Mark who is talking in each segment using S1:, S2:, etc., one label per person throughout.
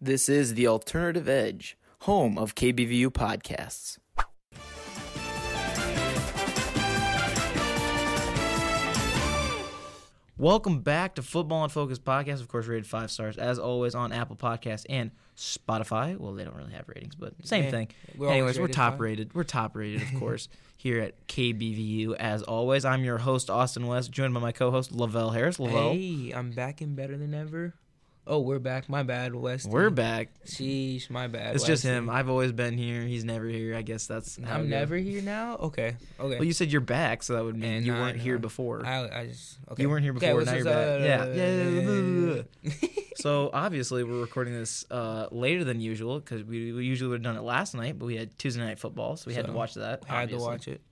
S1: This is the Alternative Edge, home of KBVU podcasts. Welcome back to Football and Focus podcast. Of course, rated five stars as always on Apple Podcasts and Spotify. Well, they don't really have ratings, but same
S2: Yeah,
S1: thing.
S2: we're always
S1: Anyways, we're
S2: rated
S1: top
S2: five.
S1: rated. We're top rated, of course, here at KBVU. As always, I'm your host Austin West, joined by my co-host Lavelle Harris. Lavelle,
S2: Hey, I'm back and better than ever. Oh, we're back. My bad, West.
S1: we're back.
S2: Sheesh, my bad.
S1: It's just
S2: Wesley.
S1: him. I've always been here. He's never here. I guess that's. how it
S2: I'm
S1: goes.
S2: never here now. Okay. Okay.
S1: Well, you said you're back, so that would mean
S2: And
S1: you
S2: I-
S1: weren't here
S2: I-
S1: before.
S2: I, I just okay.
S1: You weren't here
S2: Okay,
S1: before.
S2: what's
S1: now you're
S2: this,
S1: back.
S2: uh,
S1: yeah. yeah. yeah, yeah, yeah. so obviously we're recording this uh, later than usual because we, we usually would have done it last night, but we had Tuesday night football, so we had to
S2: So,
S1: watch that.
S2: I had to
S1: obviously.
S2: watch it.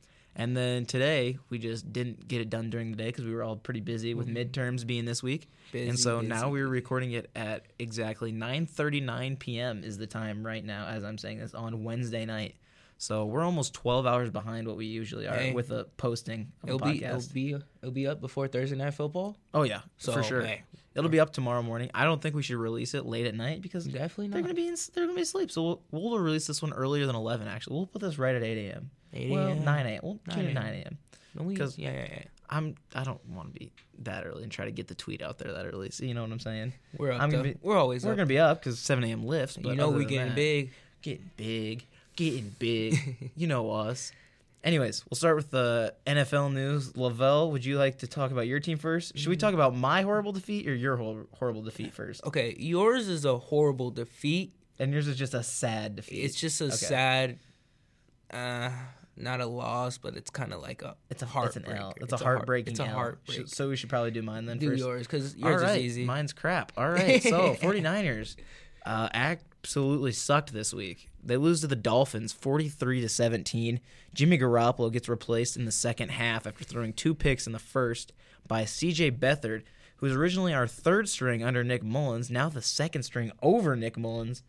S1: And then today we just didn't get it done during the day because we were all pretty busy with midterms being this week. and
S2: Mm-hmm. Busy,
S1: so now
S2: busy,
S1: we're recording it at exactly 9:39 p.m. is the time right now as I'm saying this on Wednesday night. So we're almost 12 hours behind what we usually are
S2: Hey.
S1: with a posting of
S2: It'll
S1: a
S2: be
S1: podcast.
S2: it'll be it'll be up before Thursday night football.
S1: oh yeah, for
S2: So,
S1: sure.
S2: hey.
S1: It'll be up tomorrow morning. I don't think we should release it late at night because
S2: Definitely
S1: they're
S2: not.
S1: gonna be in, they're gonna be asleep. So we'll, we'll release this one earlier than 11. Actually, we'll put this right at 8 a.m.
S2: 8
S1: Well,
S2: a.m..
S1: 9 a.m. We'll 9
S2: 9
S1: 9 a.m.
S2: No, we,
S1: 'Cause-
S2: yeah, yeah, yeah.
S1: I'm I don't want to be that early and try to get the tweet out there that early. So you know what I'm saying?
S2: We're up.
S1: I'm
S2: though.
S1: gonna be-
S2: we're always
S1: We're
S2: up.
S1: gonna be up because 7 a.m. lifts. But
S2: you know
S1: other
S2: we
S1: than
S2: getting
S1: that-
S2: big.
S1: getting big, getting big. you know us. Anyways, we'll start with the NFL news. Lavelle, would you like to talk about your team first? Should we
S2: Mm.
S1: talk about my horrible defeat or your hor- horrible defeat first?
S2: Okay, yours is a horrible defeat.
S1: And yours is just a sad defeat.
S2: It's just a
S1: Okay.
S2: sad, uh, not a loss, but it's kind of like a
S1: It's a
S2: heartbreaker.
S1: It's an L. It's a
S2: heart-
S1: heartbreaking.
S2: It's a
S1: L.
S2: heartbreak.
S1: Sh- So we should probably do mine then
S2: Do
S1: first.
S2: yours because yours
S1: All right,
S2: is easy.
S1: Mine's crap. All right. So 49ers uh, absolutely sucked this week. They lose to the Dolphins 43 to 17. Jimmy Garoppolo gets replaced in the second half after throwing two picks in the first by CJ Beathard, who was originally our third string under Nick Mullins, now the second string over Nick Mullins.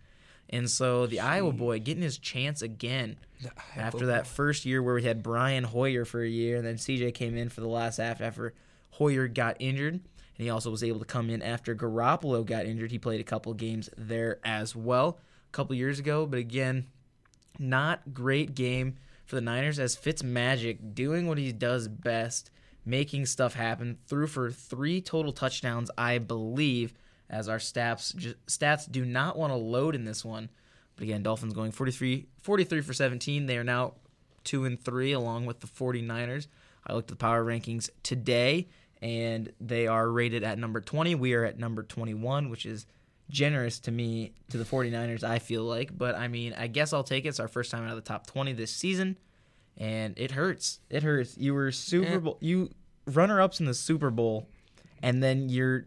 S1: And so the Iowa boy getting his chance again
S2: The Iowa
S1: after that first year where we had Brian Hoyer for a year, and then CJ came in for the last half after Hoyer got injured, and he also was able to come in after Garoppolo got injured. He played a couple games there as well a couple years ago, but again, not great game for the Niners as Fitzmagic doing what he does best, making stuff happen. Threw for three total touchdowns, I believe, as our stats ju- stats do not want to load in this one. But again, Dolphins going 43, 43 for 17. They are now 2 and 3 along with the 49ers. I looked at the power rankings today and they are rated at number 20. We are at number 21, which is generous to me to the 49ers I feel like, but I mean, I guess I'll take it. It's our first time out of the top 20 this season and it hurts. It hurts. You were Super
S2: Eh.
S1: Bowl you runner ups in the Super Bowl and then you're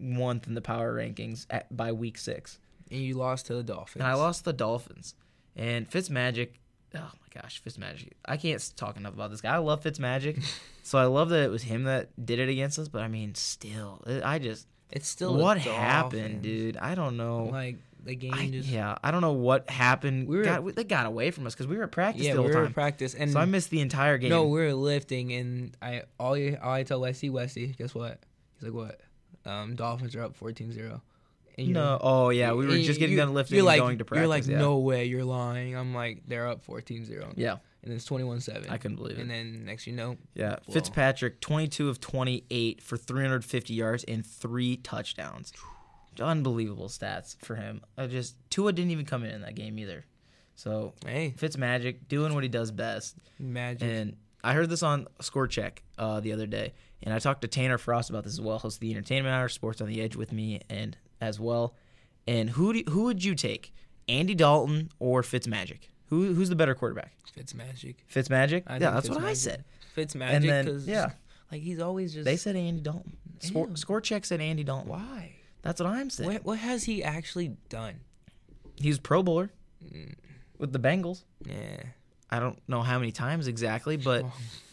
S1: 21th in the power rankings at, by week 6.
S2: and you lost to the Dolphins.
S1: And I lost to the Dolphins. And Fitzmagic, oh my gosh, Fitzmagic. I can't s- talk enough about this guy. I love Fitzmagic. so I love that it was him that did it against us, but I mean, still, it- I just.
S2: It's still the
S1: what happened,
S2: Dolphins.
S1: dude? I don't know.
S2: Like the game
S1: I-
S2: just
S1: yeah, I don't know what happened.
S2: We were-
S1: God, we- they got away from us because we were at practice
S2: yeah.
S1: the
S2: We
S1: whole
S2: were
S1: time.
S2: at practice and
S1: so I missed the entire game.
S2: no, we were lifting and I all you all I tell Westy Westy, guess what? He's like what? Um, Dolphins are up 14-0. And you're-
S1: no. Oh yeah, we were
S2: and
S1: just getting
S2: you-
S1: done lifting
S2: you're
S1: and
S2: like,
S1: going to practice.
S2: You're like,
S1: yeah.
S2: no way, you're lying. I'm like, they're up 14-0.
S1: Yeah,
S2: And it's 21-7.
S1: I couldn't believe it.
S2: And then next you know,
S1: Yeah,
S2: Whoa.
S1: Fitzpatrick, 22 of 28 for 350 yards and three touchdowns. Unbelievable stats for him. I just Tua didn't even come in in that game either. So
S2: hey,
S1: Fitzmagic doing what he does best.
S2: magic.
S1: And I heard this on Score Check uh, the other day, and I talked to Tanner Frost about this as well. Hosts the Entertainment Hour, Sports on the Edge with me, and as well. And who do, who would you take, Andy Dalton or Fitzmagic? Who who's the better quarterback?
S2: It's magic.
S1: Fitzmagic.
S2: I
S1: yeah,
S2: think
S1: that's what I
S2: Fitzmagic.
S1: said.
S2: Fitz
S1: And
S2: magic
S1: then-
S2: cuz
S1: yeah.
S2: like he's always just
S1: They said Andy Dalton. Score,
S2: Ew.
S1: score check said Andy Dalton.
S2: why?
S1: That's what I'm saying.
S2: What what has he actually done?
S1: He was Pro Bowler Mm. with the Bengals.
S2: Yeah.
S1: I don't know how many times exactly, but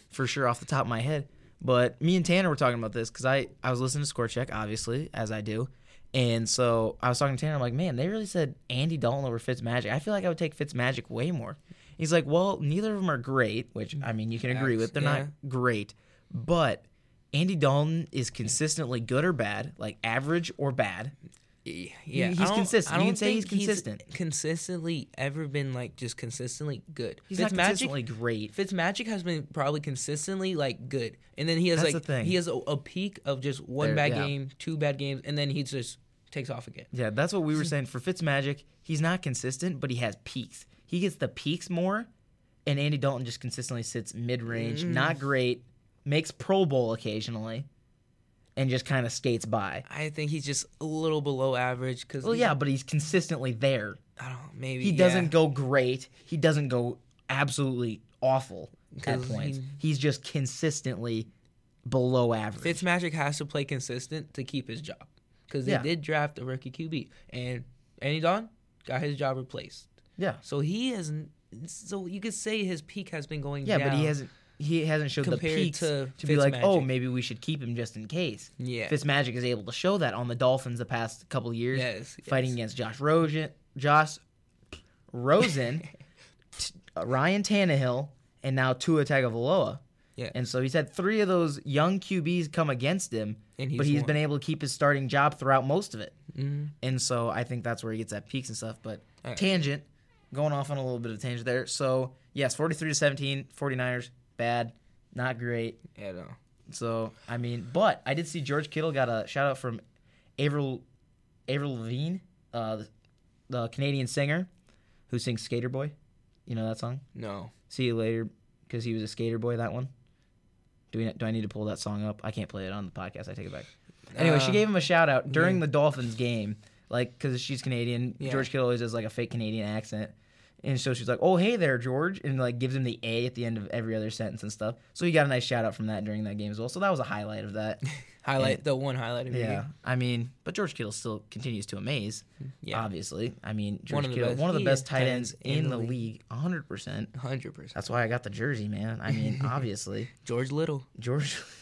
S1: for sure off the top of my head. But me and Tanner were talking about this because I, I was listening to Score Check, obviously, as I do. And so I was talking to Tanner. I'm like, man, they really said Andy Dalton over Fitzmagic. I feel like I would take Fitzmagic way more. He's like, well, neither of them are great, which I mean, you can agree with. They're
S2: Yeah.
S1: not great, but Andy Dalton is consistently good or bad, like average or bad.
S2: y- yeah,
S1: He's
S2: I don't-
S1: consistent.
S2: I
S1: You can
S2: don't
S1: say he's
S2: think
S1: consistent.
S2: consistently ever been like just consistently good.
S1: He's not
S2: Fitzmagic-
S1: consistently great.
S2: Fitzmagic has been probably consistently like good, and then he has
S1: That's
S2: like
S1: the thing.
S2: he has a, a peak of just one
S1: There-
S2: bad
S1: yeah.
S2: game, two bad games, and then he just takes off again.
S1: Yeah, that's what we were saying for Fitzmagic. He's not consistent, but he has peaks. He gets the peaks more, and Andy Dalton just consistently sits mid range, not great, makes Pro Bowl occasionally, and just kind of skates by.
S2: I think he's just a little below average because
S1: Well, yeah, but he's consistently there.
S2: I don't know, maybe
S1: He doesn't go great. He doesn't go absolutely awful at
S2: 'Cause
S1: points.
S2: he-
S1: He's just consistently below average.
S2: Fitzmagic has to play consistent to keep his job because they
S1: Yeah.
S2: did draft a rookie QB, and Andy Don got his job replaced.
S1: yeah,
S2: So he hasn't. So you could say his peak has been going
S1: yeah,
S2: down.
S1: but he hasn't. He hasn't showed the
S2: Compared
S1: peaks to,
S2: to
S1: be like, oh,
S2: Fitzmagic.
S1: maybe we should keep him just in case.
S2: Yeah.
S1: Fitzmagic is able to show that on the Dolphins the past couple of years,
S2: Yes,
S1: fighting
S2: yes.
S1: against Josh Rosen, Josh Rosen, t- uh, Ryan Tannehill, and now Tua Tagovailoa.
S2: Yeah.
S1: And so he's had three of those young QBs come against him,
S2: And
S1: but
S2: he's
S1: he's
S2: won. Mm-hmm.
S1: been able to keep his starting job throughout most of it. And so I think that's where he gets that peaks and stuff. But
S2: All right.
S1: tangent, going off on a little bit of tangent there. So, yes, 43 to 17, 49ers, bad, not great.
S2: Yeah, no.
S1: So I mean, but I did see George Kittle got a shout out from Avril Avril Lavigne, uh, the, the Canadian singer who sings Skater Boy. You know that song?
S2: No.
S1: See you later, because he was a skater boy. That one. Do we? Do I need to pull that song up? I can't play it on the podcast. I take it back. Anyway, she
S2: Uh,
S1: gave him a shout out during the Dolphins game, like because she's Canadian.
S2: Yeah.
S1: George Kittle always has like a fake Canadian accent, and so she's like, "Oh hey there, George," and like gives him the A at the end of every other sentence and stuff. So he got a nice shout out from that during that game as well. So that was a highlight of that.
S2: Highlight the one highlight of the
S1: yeah,
S2: game.
S1: I mean, but George Kittle still continues to amaze.
S2: Yeah.
S1: obviously. I mean, George
S2: of the
S1: Kittle,
S2: best-
S1: one of the
S2: he
S1: best
S2: is
S1: tight ends in the
S2: league.
S1: league, hundred percent.
S2: Hundred percent.
S1: That's why I got the jersey, man. I mean, obviously,
S2: George Little.
S1: George,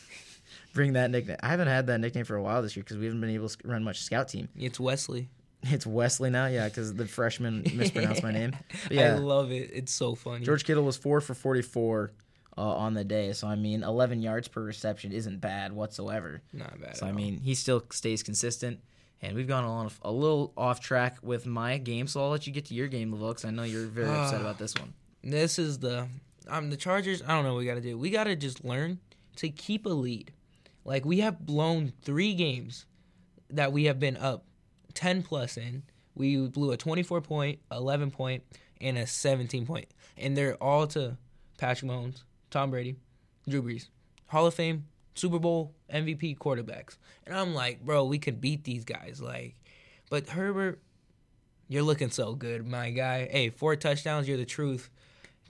S1: bring that nickname. I haven't had that nickname for a while this year because we haven't been able to sc- run much scout team.
S2: It's Wesley.
S1: It's Wesley now, yeah, because the freshman mispronounced my name. But
S2: I
S1: yeah,
S2: love it. It's so funny.
S1: George Kittle was four for forty-four uh, on the day, so I mean, eleven yards per reception isn't bad whatsoever.
S2: Not bad.
S1: So
S2: at
S1: I
S2: all.
S1: mean, he still stays consistent. And we've gone on a little off track with my game, so I'll let you get to your game, Lavelle, because I know you're very upset about this one.
S2: this is the um the Chargers. I don't know what we gotta do. We gotta just learn to keep a lead. Like we have blown three games that we have been up ten plus in. We blew a twenty four point, eleven point, and a seventeen point, and they're all to Patrick Mahomes, Tom Brady, Drew Brees, Hall of Fame, Super Bowl MVP quarterbacks. And I'm like, bro, we could beat these guys. Like, but Herbert, you're looking so good, my guy. Hey, four touchdowns. You're the truth.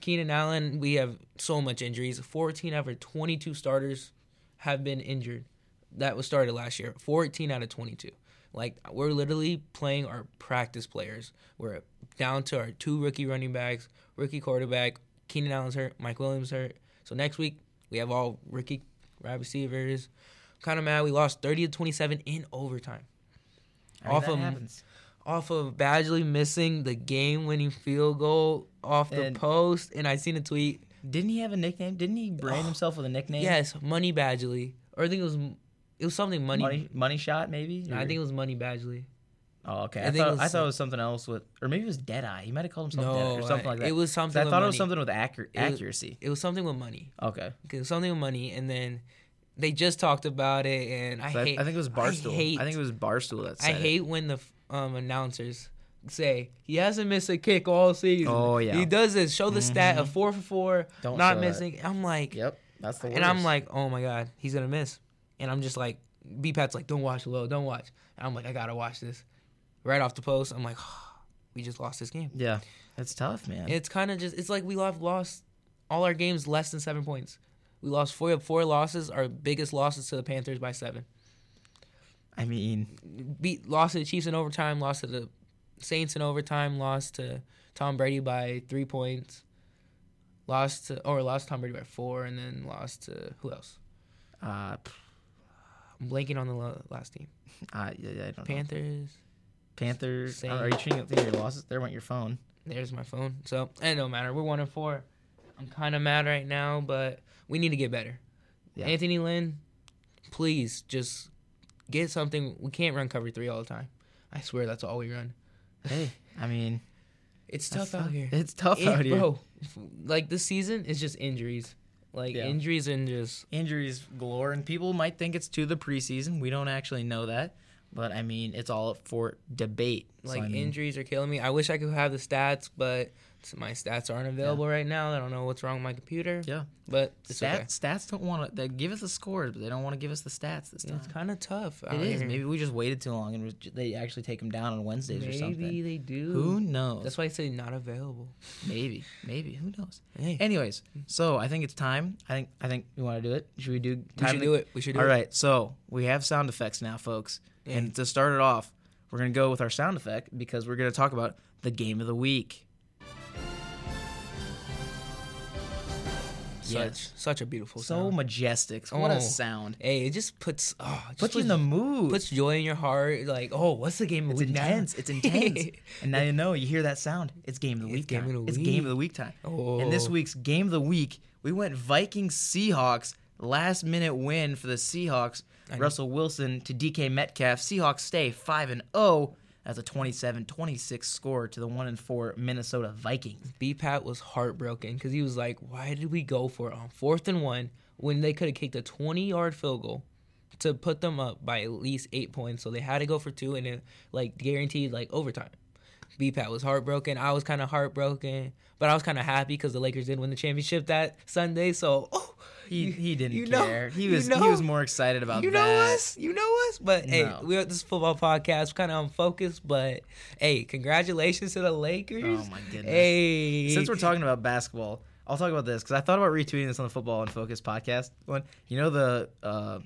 S2: Keenan Allen, we have so much injuries. 14 out of 22 starters have been injured. That was started last year. 14 out of 22. Like we're literally playing our practice players. We're down to our two rookie running backs, rookie quarterback. Keenan Allen's hurt. Mike Williams hurt. So next week we have all rookie wide receivers. Kind of mad we lost 30 to 27 in overtime.
S1: I mean,
S2: Off
S1: that
S2: of-
S1: happens.
S2: off of Badgley missing the game winning field goal off the
S1: And-
S2: post, and I seen a tweet.
S1: Didn't he have a nickname? Didn't he brand himself with a nickname?
S2: Yes, Money Badgley. Or I think it was it was something money.
S1: money, money shot maybe.
S2: No, I
S1: Or-
S2: think it was Money Badgley.
S1: Oh, okay. I,
S2: I think it
S1: thought
S2: was
S1: I thought it
S2: some-
S1: was something else with, or maybe it was Deadeye. He might have called himself
S2: No,
S1: Deadeye or something
S2: I-
S1: like that.
S2: it was
S1: 'Cause
S2: something
S1: I
S2: with
S1: thought it was
S2: money.
S1: something with accur-
S2: was-
S1: accuracy.
S2: It was something with money.
S1: Okay.
S2: It was something with money, and then they just talked about it, and I
S1: So I,
S2: hate.
S1: I think it was Barstool. I,
S2: I hate.
S1: think it was Barstool that
S2: I
S1: said it.
S2: hate when the f- um, announcers say he hasn't missed a kick all season.
S1: Oh, yeah. Mm-hmm.
S2: he does this. Show the stat of four for 4
S1: Don't
S2: not
S1: show that.
S2: missing. I'm like,
S1: Yep, that's the worst.
S2: And I'm like, oh my God, he's gonna miss. And I'm just like, B Pat's like, don't watch Lil, don't watch. And I'm like, I gotta watch this. Right off the post, I'm like, we just lost this game.
S1: yeah, it's tough, man.
S2: It's kind of just, it's like we have lost all our games less than seven points. We lost four four losses, our biggest losses to the Panthers by seven.
S1: I mean,
S2: Beat lost to the Chiefs in overtime, lost to the Saints in overtime, lost to Tom Brady by three points, lost to or lost Tom Brady by four, and then lost to who else?
S1: uh,
S2: I'm blanking on the lo- last team.
S1: I, yeah, I don't know.
S2: Panthers.
S1: Panthers.
S2: Same.
S1: Are you treating up through your losses? There went your phone.
S2: There's my phone. So it don't matter. We're one and four. I'm kind of mad right now, but we need to get better.
S1: Yeah.
S2: Anthony Lynn, please just get something. We can't run cover three all the time. I swear that's all we run.
S1: Hey, I mean,
S2: It's
S1: that's
S2: tough out here.
S1: It's tough
S2: It-
S1: out here.
S2: Bro, f- like this season is just injuries. Like
S1: Yeah.
S2: injuries and just
S1: Injuries galore, and people might think it's to the preseason. We don't actually know that, but I mean, it's all up for debate. So,
S2: like
S1: I mean,
S2: injuries are killing me. I wish I could have the stats, but s- my stats aren't available right now. I don't know what's wrong with my computer.
S1: Yeah,
S2: But it's
S1: stats.
S2: okay.
S1: Stats don't want to. They give us the scores, but they don't want to give us the stats this time.
S2: It's kind of tough. out
S1: It is.
S2: here.
S1: Maybe we just waited too long, and we j- they actually take them down on Wednesdays or
S2: Maybe
S1: something.
S2: they do.
S1: Who knows?
S2: That's why I say not available.
S1: maybe, maybe. Who knows?
S2: Hey,
S1: Anyways, so I think it's time. I think I think we want to do it. Should we do?
S2: we
S1: time
S2: should
S1: of the-
S2: do it. We should do
S1: All
S2: it.
S1: right, so we have sound effects now, folks. And to start it off, we're going to go with our sound effect because we're going to talk about the game of the week.
S2: Such
S1: Yes.
S2: such a beautiful
S1: So
S2: sound.
S1: majestic. What a
S2: Oh.
S1: sound.
S2: Hey, it just puts oh, it just
S1: Puts you in
S2: puts-
S1: the mood.
S2: puts joy in your heart. Like, oh, what's the game of
S1: it's
S2: the week now?
S1: intense. It's intense. and now you know, you hear that sound. It's game of the
S2: It's
S1: week
S2: game
S1: time.
S2: of the
S1: it's game
S2: week.
S1: of the week time.
S2: oh,
S1: And this week's game of the week, we went Vikings Seahawks. Last minute win for the Seahawks.
S2: know.
S1: Russell Wilson to DK Metcalf. Seahawks stay 5 and 0. That's a 27-26 score to the 1 and 4 Minnesota Vikings.
S2: B Pat was heartbroken because he was like, why did we go for it on fourth and one when they could have kicked a 20 yard field goal to put them up by at least eight points? So they had to go for two and it like guaranteed like overtime. B Pat was heartbroken. I was kind of heartbroken, but I was kind of happy because the Lakers did win the championship that Sunday. So, oh,
S1: He,
S2: you-
S1: he didn't
S2: you know-
S1: care. he
S2: you
S1: was he
S2: know-
S1: was more excited about
S2: you
S1: that.
S2: know us, you know us. But hey,
S1: No.
S2: we're at this football podcast, kind of unfocused. But hey, congratulations to the Lakers.
S1: Oh my goodness.
S2: Hey,
S1: Since we're talking about basketball, I'll talk about this because I thought about retweeting this on the Football and Focus podcast. One, you know the uh,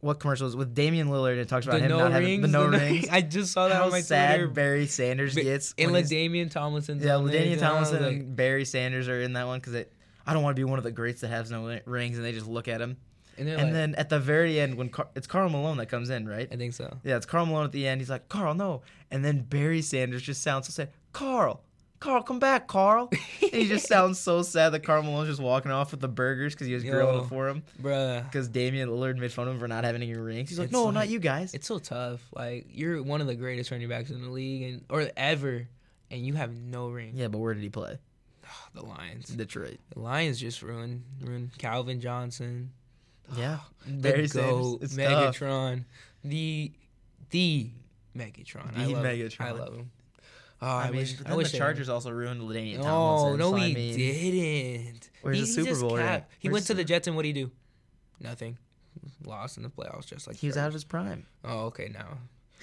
S1: what commercial is with Damian Lillard? It talks about
S2: the
S1: him
S2: no
S1: not having
S2: rings,
S1: the no rings.
S2: I just saw that
S1: How
S2: on my
S1: sad
S2: Twitter.
S1: Barry Sanders
S2: But-
S1: gets.
S2: and
S1: when he's-
S2: Ladainian Tomlinson.
S1: yeah, Ladainian Tomlinson and Barry Sanders are in that one because I don't want to be one of the greats that has no rings, and they just look at him.
S2: and, they're
S1: and
S2: like,
S1: then at the very end, when Car- it's Carl Malone that comes in, right?
S2: I think so.
S1: Yeah, it's Carl Malone at the end. He's like, Carl, no. And then Barry Sanders just sounds so sad. Carl, Carl, come back, Carl. and he just sounds so sad that Carl Malone's just walking off with the burgers because he was grilling
S2: Yo.
S1: it for him.
S2: Bruh,
S1: Because Damian Lillard made fun of him for not having any rings. He's like,
S2: It's
S1: no,
S2: like-
S1: not you guys.
S2: it's so tough. Like you're one of the greatest running backs in the league and or ever, and you have no ring.
S1: Yeah, but where did he play?
S2: The Lions.
S1: Detroit.
S2: The Lions just ruined ruined Calvin Johnson.
S1: Yeah.
S2: The
S1: Barry Sanders.
S2: goat,
S1: It's tough.
S2: Megatron. The the Megatron. I
S1: The
S2: love I
S1: Megatron.
S2: love him. Oh,
S1: I,
S2: I,
S1: mean,
S2: wish.
S1: but
S2: I
S1: then
S2: wish
S1: the
S2: they had him.
S1: Chargers also ruined Ladainian Tomlinson.
S2: No, no,
S1: so I
S2: he
S1: mean,
S2: didn't.
S1: Where's
S2: he,
S1: the
S2: he
S1: Super
S2: just
S1: Bowl ring?
S2: capped. He
S1: Where's
S2: went
S1: the
S2: to the Jets, and what would he do? Nothing. Lost in the playoffs, just like
S1: He was
S2: Chargers.
S1: out of his prime.
S2: Oh, okay, now.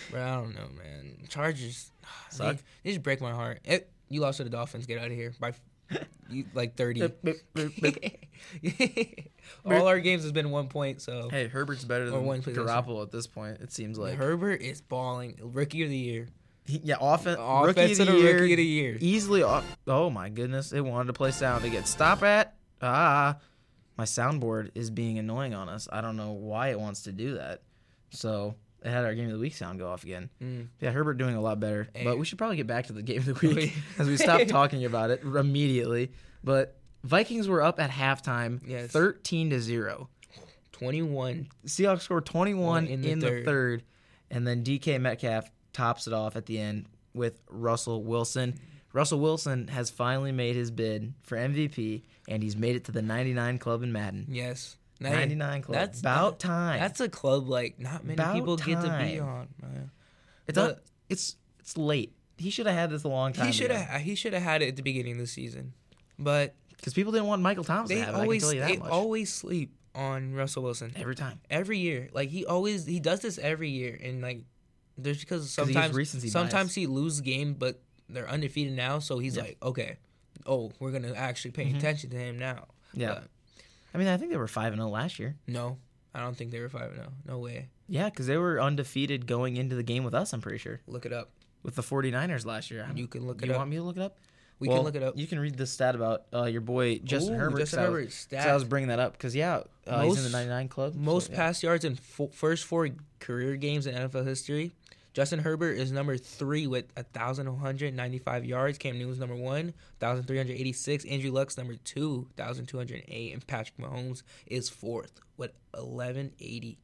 S2: Bro, I don't know, man. Chargers ah, they-
S1: Suck.
S2: They, just break my heart. Eh, you lost to the Dolphins. Get out of here by f- you, like thirty. All our games has been one point. So
S1: hey, Herbert's better
S2: Or
S1: than
S2: one possession.
S1: Garoppolo at this point, it seems like.
S2: Herbert is balling. Rookie of the year.
S1: He- yeah, offen- rookie of
S2: Offensive
S1: the
S2: rookie
S1: year,
S2: of the year.
S1: easily off. Oh my goodness! It wanted to play sound again. Stop at ah! My soundboard is being annoying on us. I don't know why it wants to do that. So it had our game of the week sound go off again.
S2: Mm.
S1: Yeah, Herbert doing a lot better,
S2: Hey.
S1: but we should probably get back to the game of the week
S2: Wait.
S1: as we stopped talking about it immediately. But Vikings were up at halftime,
S2: Yes.
S1: thirteen to zero.
S2: Twenty-one.
S1: Seahawks score 21 in,
S2: In
S1: the,
S2: the
S1: third. and then DK Metcalf tops it off at the end with Russell Wilson. Russell Wilson has finally made his bid for MVP, and he's made it to the 99 club in Madden.
S2: Yes.
S1: 99 club.
S2: that's-
S1: about time.
S2: That's a club like not many
S1: About
S2: people get to be
S1: time.
S2: on. Man.
S1: it's,
S2: the-
S1: not- it's it's late. He should have had this a long time.
S2: He should have he should have had it at the beginning of the season, but
S1: because people didn't want Michael Thomas
S2: they
S1: to have it.
S2: always
S1: I can tell you
S2: they
S1: that much.
S2: always sleep on Russell Wilson
S1: Every time.
S2: every year. Like he always he does this every year, and like there's because
S1: he has
S2: sometimes
S1: recency bias.
S2: sometimes he lose game, but they're undefeated now, so he's
S1: Yeah. Mm-hmm.
S2: like, okay, oh, we're gonna actually pay attention to him now.
S1: Yeah.
S2: But
S1: I mean, I think they were five and zero last year.
S2: no, I don't think they were five five zero. No way.
S1: Yeah, because they were undefeated going into the game with us. I'm pretty sure
S2: Look it up.
S1: with the 49ers last year. I'm-
S2: You can look
S1: you
S2: it up.
S1: want me to look it up?
S2: we
S1: Well,
S2: can look it up.
S1: You can read this stat about uh, your boy Justin
S2: Ooh,
S1: Herbert.
S2: Justin
S1: 'cause I was-
S2: Herbert
S1: 'cause I was
S2: stats.
S1: bringing that up because yeah, uh, he's in
S2: Most-
S1: the 99 club. so,
S2: Most
S1: yeah.
S2: pass yards in fo- first four career games in NFL history. Justin Herbert is number three with 1,195 yards. Cam Newton's number one, 1,386. Andrew Luck's number two, 1,208. And Patrick Mahomes is fourth with 1,180.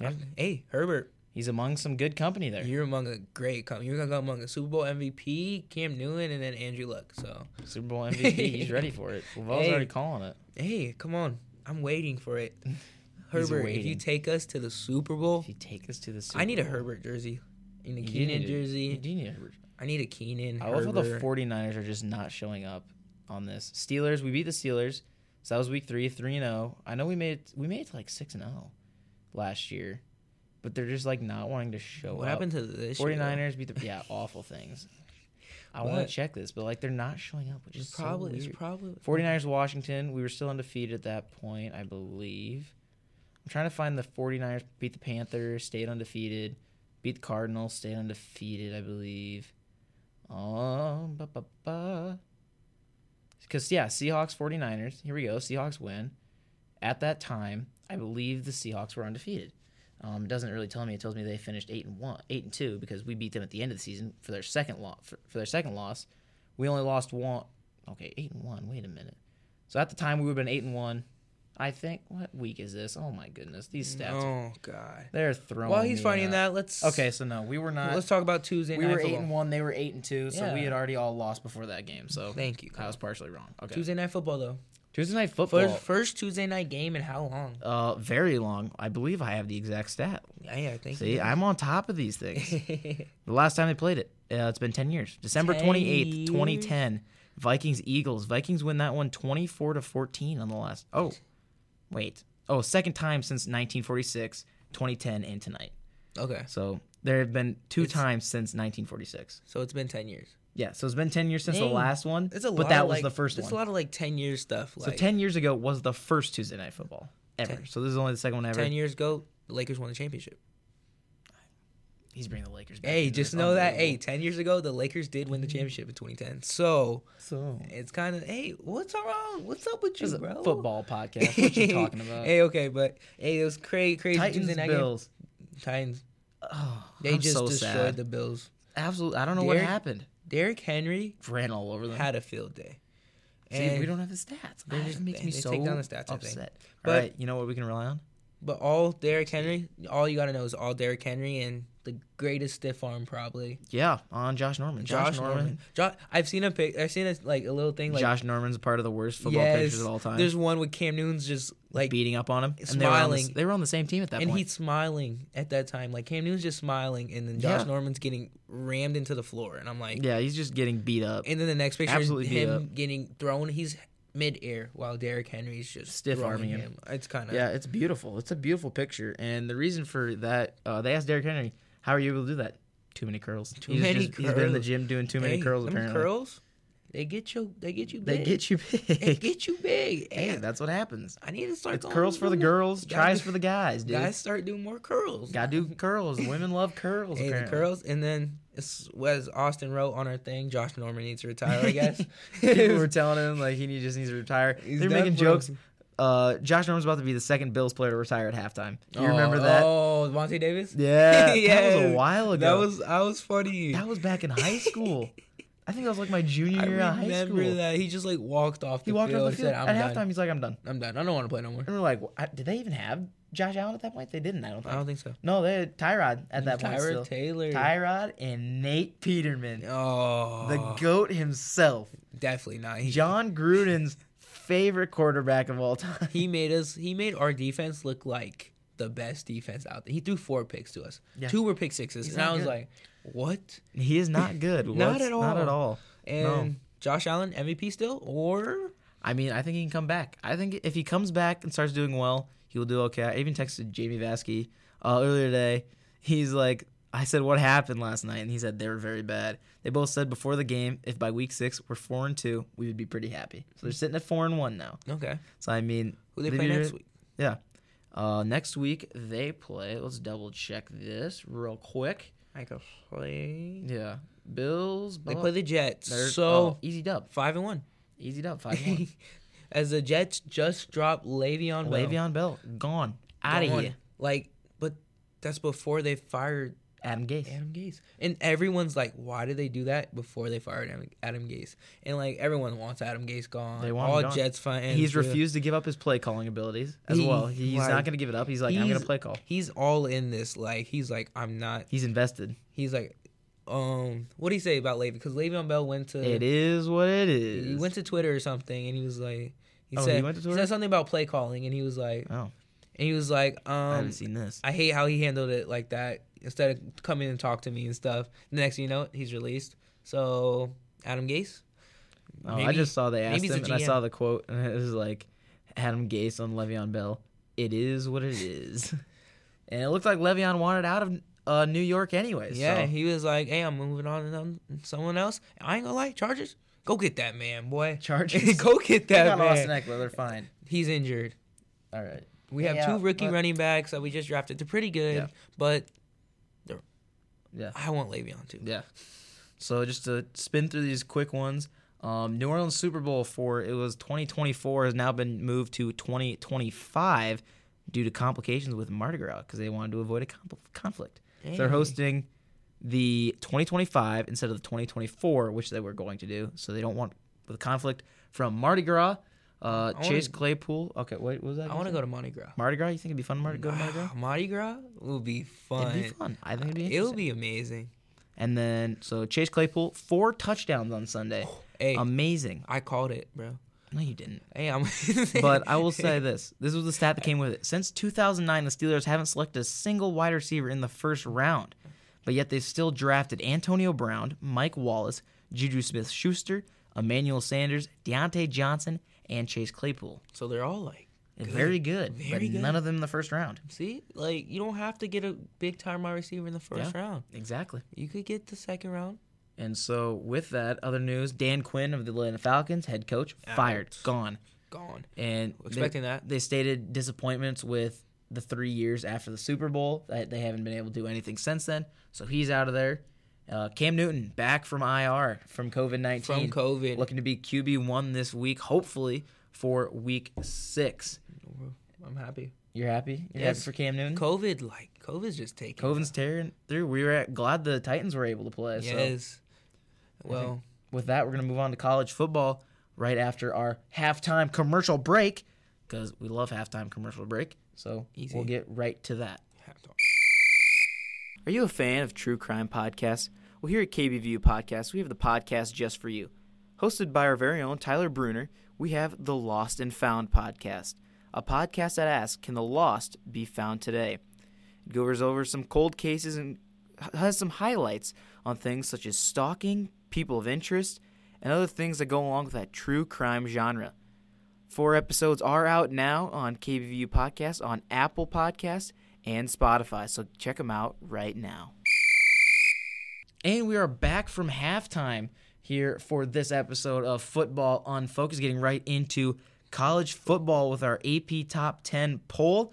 S1: Yeah.
S2: Hey, Herbert,
S1: He's among some good company there.
S2: You're among a great company. You're gonna go among a Super Bowl MVP, Cam Newton, and then Andrew Luck. So
S1: Super Bowl MVP. he's ready for it. Lavelle's
S2: Hey.
S1: already calling it.
S2: hey, come on, I'm waiting for it. Herbert, if you
S1: waiting.
S2: take us to the Super Bowl,
S1: If you take us to the Super
S2: I need a
S1: Bowl.
S2: Herbert jersey, and a
S1: You
S2: Keenan
S1: need a- You
S2: jersey.
S1: do need a Herbert.
S2: I need a Keenan.
S1: I love how the
S2: Herbert.
S1: 49ers are just not showing up on this. Steelers, we beat the Steelers. So that was week three, three and zero. I know we made it, we made it to like six and zero last year, but they're just like not wanting to show
S2: What
S1: up.
S2: happened to this? year, though?
S1: 49ers beat the yeah awful things. I want
S2: But-
S1: to check this, but like they're not showing up, which is
S2: It's probably.
S1: so
S2: it's
S1: weird.
S2: probably.
S1: 49ers Washington, we were still undefeated at that point, I believe. I'm trying to find the 49ers beat the Panthers, stayed undefeated, beat the Cardinals, stayed undefeated, I believe. Um, ba ba ba. Because yeah, Seahawks 49ers. Here we go. Seahawks win. At that time, I believe the Seahawks were undefeated. Um, it doesn't really tell me. It tells me they finished eight and one, eight and two, because we beat them at the end of the season for their second loss. For, for their second loss, we only lost one. Okay, eight and one. Wait a minute. So at the time, we would have been eight and one. I think. What week is this? Oh my goodness, these stats. are
S2: Oh God.
S1: They're throwing.
S2: While he's
S1: me
S2: finding
S1: out.
S2: that, let's
S1: Okay, so no, we were not.
S2: Let's talk about Tuesday
S1: we
S2: night
S1: were eight
S2: football.
S1: and one. They were eight and two. So we
S2: Yeah.
S1: had already all lost before that game. So
S2: Thank you.
S1: I was partially wrong. Okay. Tuesday,
S2: Tuesday night football though.
S1: night football.
S2: First, first Tuesday night game in how long?
S1: Uh, very long. I believe I have the exact stat.
S2: Yeah, yeah, I think.
S1: See, I'm on top of these things. the last time they played it, uh, it's been ten years. December
S2: 10
S1: twenty eighth, twenty ten. Vikings Eagles. Vikings win that one 24 to fourteen on the last. Oh, wait. Oh, second time since 1946, 2010, and tonight.
S2: okay,
S1: So there have been two
S2: It's-
S1: times since 1946.
S2: so it's been ten years.
S1: Yeah, so it's been 10 years since
S2: Dang.
S1: the last one.
S2: It's a
S1: but
S2: lot
S1: that
S2: of,
S1: was
S2: like-
S1: the first
S2: It's
S1: one.
S2: a lot of like ten year stuff.
S1: so
S2: Like
S1: 10 years ago was the first Tuesday Night Football ever.
S2: Ten.
S1: So this is only the second one ever.
S2: 10 years ago, the Lakers won the championship.
S1: He's bringing the Lakers back.
S2: Hey,
S1: into
S2: just
S1: this.
S2: know that. Hey,
S1: Unbelievable.
S2: ten years ago, the Lakers did
S1: Mm-hmm.
S2: win the championship in 2010. So
S1: So,
S2: it's kind of hey, what's wrong? What's up with
S1: this
S2: you,
S1: is a
S2: bro?
S1: football podcast. What you talking about?
S2: hey, okay, but hey, it was crazy, crazy
S1: Titans
S2: Tuesday night
S1: Bills.
S2: game. Titans.
S1: Oh,
S2: They
S1: I'm
S2: just
S1: so
S2: destroyed
S1: sad.
S2: the Bills.
S1: Absolutely. I don't know what
S2: Derrick-
S1: happened.
S2: Derrick Henry
S1: Ran all over them.
S2: had a field day.
S1: See, we don't have the stats.
S2: They're
S1: That
S2: just-
S1: just makes
S2: they-
S1: me
S2: they
S1: so
S2: take down the stats, I think.
S1: upset.
S2: But-
S1: all right, you know what we can rely on?
S2: But all Derrick Henry, all you gotta know is all Derrick Henry and the greatest stiff arm probably.
S1: Yeah, on Josh Norman. Josh, Norman.
S2: Josh, I've seen a pic. I've seen a, like a little thing like
S1: Josh Norman's part of the worst football
S2: yes,
S1: pictures of all time.
S2: There's one with Cam Newton's just like
S1: beating up on him, and They were on, the,
S2: smiling.
S1: s- they were on the same team at that
S2: and
S1: point.
S2: he's smiling at that time. Like Cam Newton's just smiling, and then Josh
S1: Yeah.
S2: Norman's getting rammed into the floor, and I'm like,
S1: Yeah, he's just getting beat up.
S2: and then the next picture
S1: Absolutely
S2: is
S1: beat
S2: him
S1: up.
S2: getting thrown. He's midair while Derrick Henry's just
S1: Stiff-arming
S2: throwing
S1: him.
S2: It's kind of
S1: yeah, it's beautiful. It's a beautiful picture. And the reason for that, uh, they asked Derrick Henry, "How are you able to do that? Too many curls.
S2: Too
S1: He's
S2: many
S1: just- He's been in the
S2: curls.
S1: gym doing too many curls. Apparently,
S2: curls. They get you. They get you.
S1: they
S2: big.
S1: get you
S2: They
S1: big.
S2: get you big.
S1: hey,
S2: Hey,
S1: that's what happens.
S2: I need to start
S1: It's
S2: going
S1: curls for the
S2: doing-
S1: girls,
S2: Gotta
S1: tries
S2: do-
S1: for the guys, dude.
S2: Guys, start doing more curls.
S1: Gotta do curls. Women love curls.
S2: Hey, the
S1: apparently.
S2: curls, and then it's was Austin wrote on our thing. Josh Norman needs to retire, I guess.
S1: People were telling him like he need- just needs to retire.
S2: He's
S1: They're
S2: done
S1: making
S2: for.
S1: jokes. Uh, Josh Norman's about to be the second Bills player to retire at halftime. You remember
S2: Oh,
S1: that?
S2: Oh, Monte Davis.
S1: Yeah, that was a
S2: Yes.
S1: while ago.
S2: That was I was funny.
S1: That was back in high school. I think that was like my junior
S2: I
S1: year of high
S2: remember
S1: school.
S2: that he just like walked off. The
S1: He walked
S2: field
S1: off the field
S2: and said,
S1: at
S2: "I'm done.
S1: halftime. He's like, "I'm done."
S2: I'm done. I don't want to play no more."
S1: And we're like, "Wha- "Did they even have Josh Allen at that point? They didn't. I don't
S2: I
S1: think.
S2: don't think so.
S1: no, they had Tyrod at that point.
S2: Tyra
S1: Still.
S2: Taylor.
S1: Tyrod and Nate Peterman,
S2: oh,
S1: the goat himself,
S2: definitely not. He,
S1: John Gruden's favorite quarterback of all time.
S2: he made us. He made our defense look like the best defense out there. He threw four picks to us.
S1: Yeah.
S2: Two were pick sixes,
S1: He's
S2: and I
S1: not
S2: was
S1: good.
S2: like, "What?"
S1: He is not good.
S2: Not
S1: What's-
S2: at
S1: Not at
S2: all.
S1: all.
S2: And
S1: No.
S2: Josh Allen MVP still, or
S1: I mean, I think he can come back. I think if he comes back and starts doing well, he will do okay. I even texted Jamie Vasky uh, earlier today. He's like, I said, what happened last night? And he said they were very bad. They both said before the game, if by week six we're four and two, we would be pretty happy. So they're sitting at four and one now.
S2: okay,
S1: So I mean,
S2: who they play next week?
S1: Yeah, uh, next week they play. Let's double check this real quick.
S2: I could play.
S1: Yeah, Bills.
S2: They play the Jets,
S1: Oh. They're-
S2: so
S1: oh, easy dub,
S2: five and one.
S1: easy dub, five and one.
S2: As the Jets just dropped Le'Veon Bell.
S1: Le'Veon Bell gone out of
S2: Gone.
S1: here.
S2: Like, but that's before they fired
S1: Adam Gase.
S2: Adam Gase. And everyone's like, why did they do that before they fired Adam, Adam Gase? And like everyone wants Adam Gase gone.
S1: They want him
S2: all
S1: gone.
S2: Jets fans.
S1: He's
S2: do.
S1: refused to give up his play calling abilities as
S2: He-
S1: well. He's
S2: like,
S1: not going to give it up. He's like, I'm going
S2: he's-
S1: to play call.
S2: He's all in this. Like he's like, I'm not.
S1: He's invested.
S2: He's like, um, what do you say about Le'Veon? Because Le'Veon Bell went to
S1: It is what it is.
S2: he went to Twitter or something, and he was like, he
S1: Oh, he
S2: said
S1: went to
S2: he
S1: Twitter?
S2: said something about play calling, and he was like,
S1: oh,
S2: and he was like,
S1: I
S2: um,
S1: haven't seen this.
S2: I hate how he handled it like that. Instead of coming and talk to me and stuff, the next thing you know, he's released. So Adam Gase,
S1: Oh, I
S2: maybe-
S1: just saw they asked
S2: maybe it's
S1: him,
S2: a
S1: and I
S2: GM.
S1: saw the quote, and it was like, Adam Gase on Le'Veon Bell. It is what it is. and it looked like Le'Veon wanted out of uh, New York anyway.
S2: yeah,
S1: so.
S2: he was like, hey, I'm moving on to um, someone else. I ain't gonna lie, Chargers, go get that man, boy.
S1: Chargers?
S2: go get
S1: They
S2: that
S1: got Austin
S2: man.
S1: Eckler. They're fine.
S2: He's injured.
S1: All right.
S2: We have
S1: Yeah,
S2: two rookie
S1: but-
S2: running backs that we just drafted. They're pretty good,
S1: Yeah.
S2: but they're-
S1: Yeah.
S2: I want Le'Veon too.
S1: Yeah. So just to spin through these quick ones, um, New Orleans Super Bowl for it was 2024 has now been moved to 2025 due to complications with Mardi Gras because they wanted to avoid a compl- conflict. So they're
S2: Hey.
S1: hosting the 2025 instead of the 2024, which they were going to do. So they don't want the conflict from Mardi Gras. Uh,
S2: wanna-
S1: Chase Claypool. Okay, wait, what was that?
S2: I want to go to Mardi Gras.
S1: Mardi Gras. You think it'd be fun to Mardi, go to Mardi Gras?
S2: Mardi Gras will be fun.
S1: It'd be fun. I think it'd be.
S2: It'll
S1: interesting.
S2: be amazing.
S1: And then so Chase Claypool four touchdowns on Sunday.
S2: Hey,
S1: Um, Amazing.
S2: I called it, bro.
S1: No, you didn't.
S2: Hey, I'm.
S1: But I will say this: this was the stat that came with it. Since 2009, the Steelers haven't selected a single wide receiver in the first round, but yet they've still drafted Antonio Brown, Mike Wallace, Juju Smith-Schuster, Emmanuel Sanders, Deontay Johnson, and Chase Claypool.
S2: so they're all like,
S1: Very good,
S2: Very
S1: but
S2: good.
S1: none of them in the first round.
S2: see, like you don't have to get a big time wide receiver in the first
S1: Yeah.
S2: round.
S1: Exactly.
S2: You could get the second round.
S1: And so, with that, other news: Dan Quinn of the Atlanta Falcons, head coach, fired,
S2: Out.
S1: gone.
S2: Gone.
S1: and
S2: Expecting
S1: they,
S2: that.
S1: they stated disappointments with the three years after the Super Bowl that they haven't been able to do anything since then. So he's out of there. Uh, Cam Newton back from IR from COVID
S2: From
S1: nineteen,
S2: COVID.
S1: looking to be QB one this week, hopefully for Week six.
S2: I'm happy.
S1: You're happy? You're
S2: Yes.
S1: happy for Cam Newton?
S2: COVID, like COVID's just taking.
S1: Coven's tearing through. We were at, glad the Titans were able to play. So
S2: Yes. Well,
S1: with that, we're gonna move on to college football right after our halftime commercial break because we love halftime commercial break. So
S2: Easy.
S1: we'll get right to that.
S2: have to-
S1: Are you a fan of true crime podcasts? Well, here at KBVU Podcast, we have the podcast just for you. Hosted by our very own Tyler Bruner, we have the Lost and Found podcast, a podcast that asks, can the lost be found today? It goes over some cold cases and has some highlights on things such as stalking, people of interest, and other things that go along with that true crime genre. Four episodes are out now on KBVU Podcast, on Apple Podcast, and Spotify. So check them out right now. And we are back from halftime here for this episode of Football on Focus, getting right into college football with our AP Top 10 poll.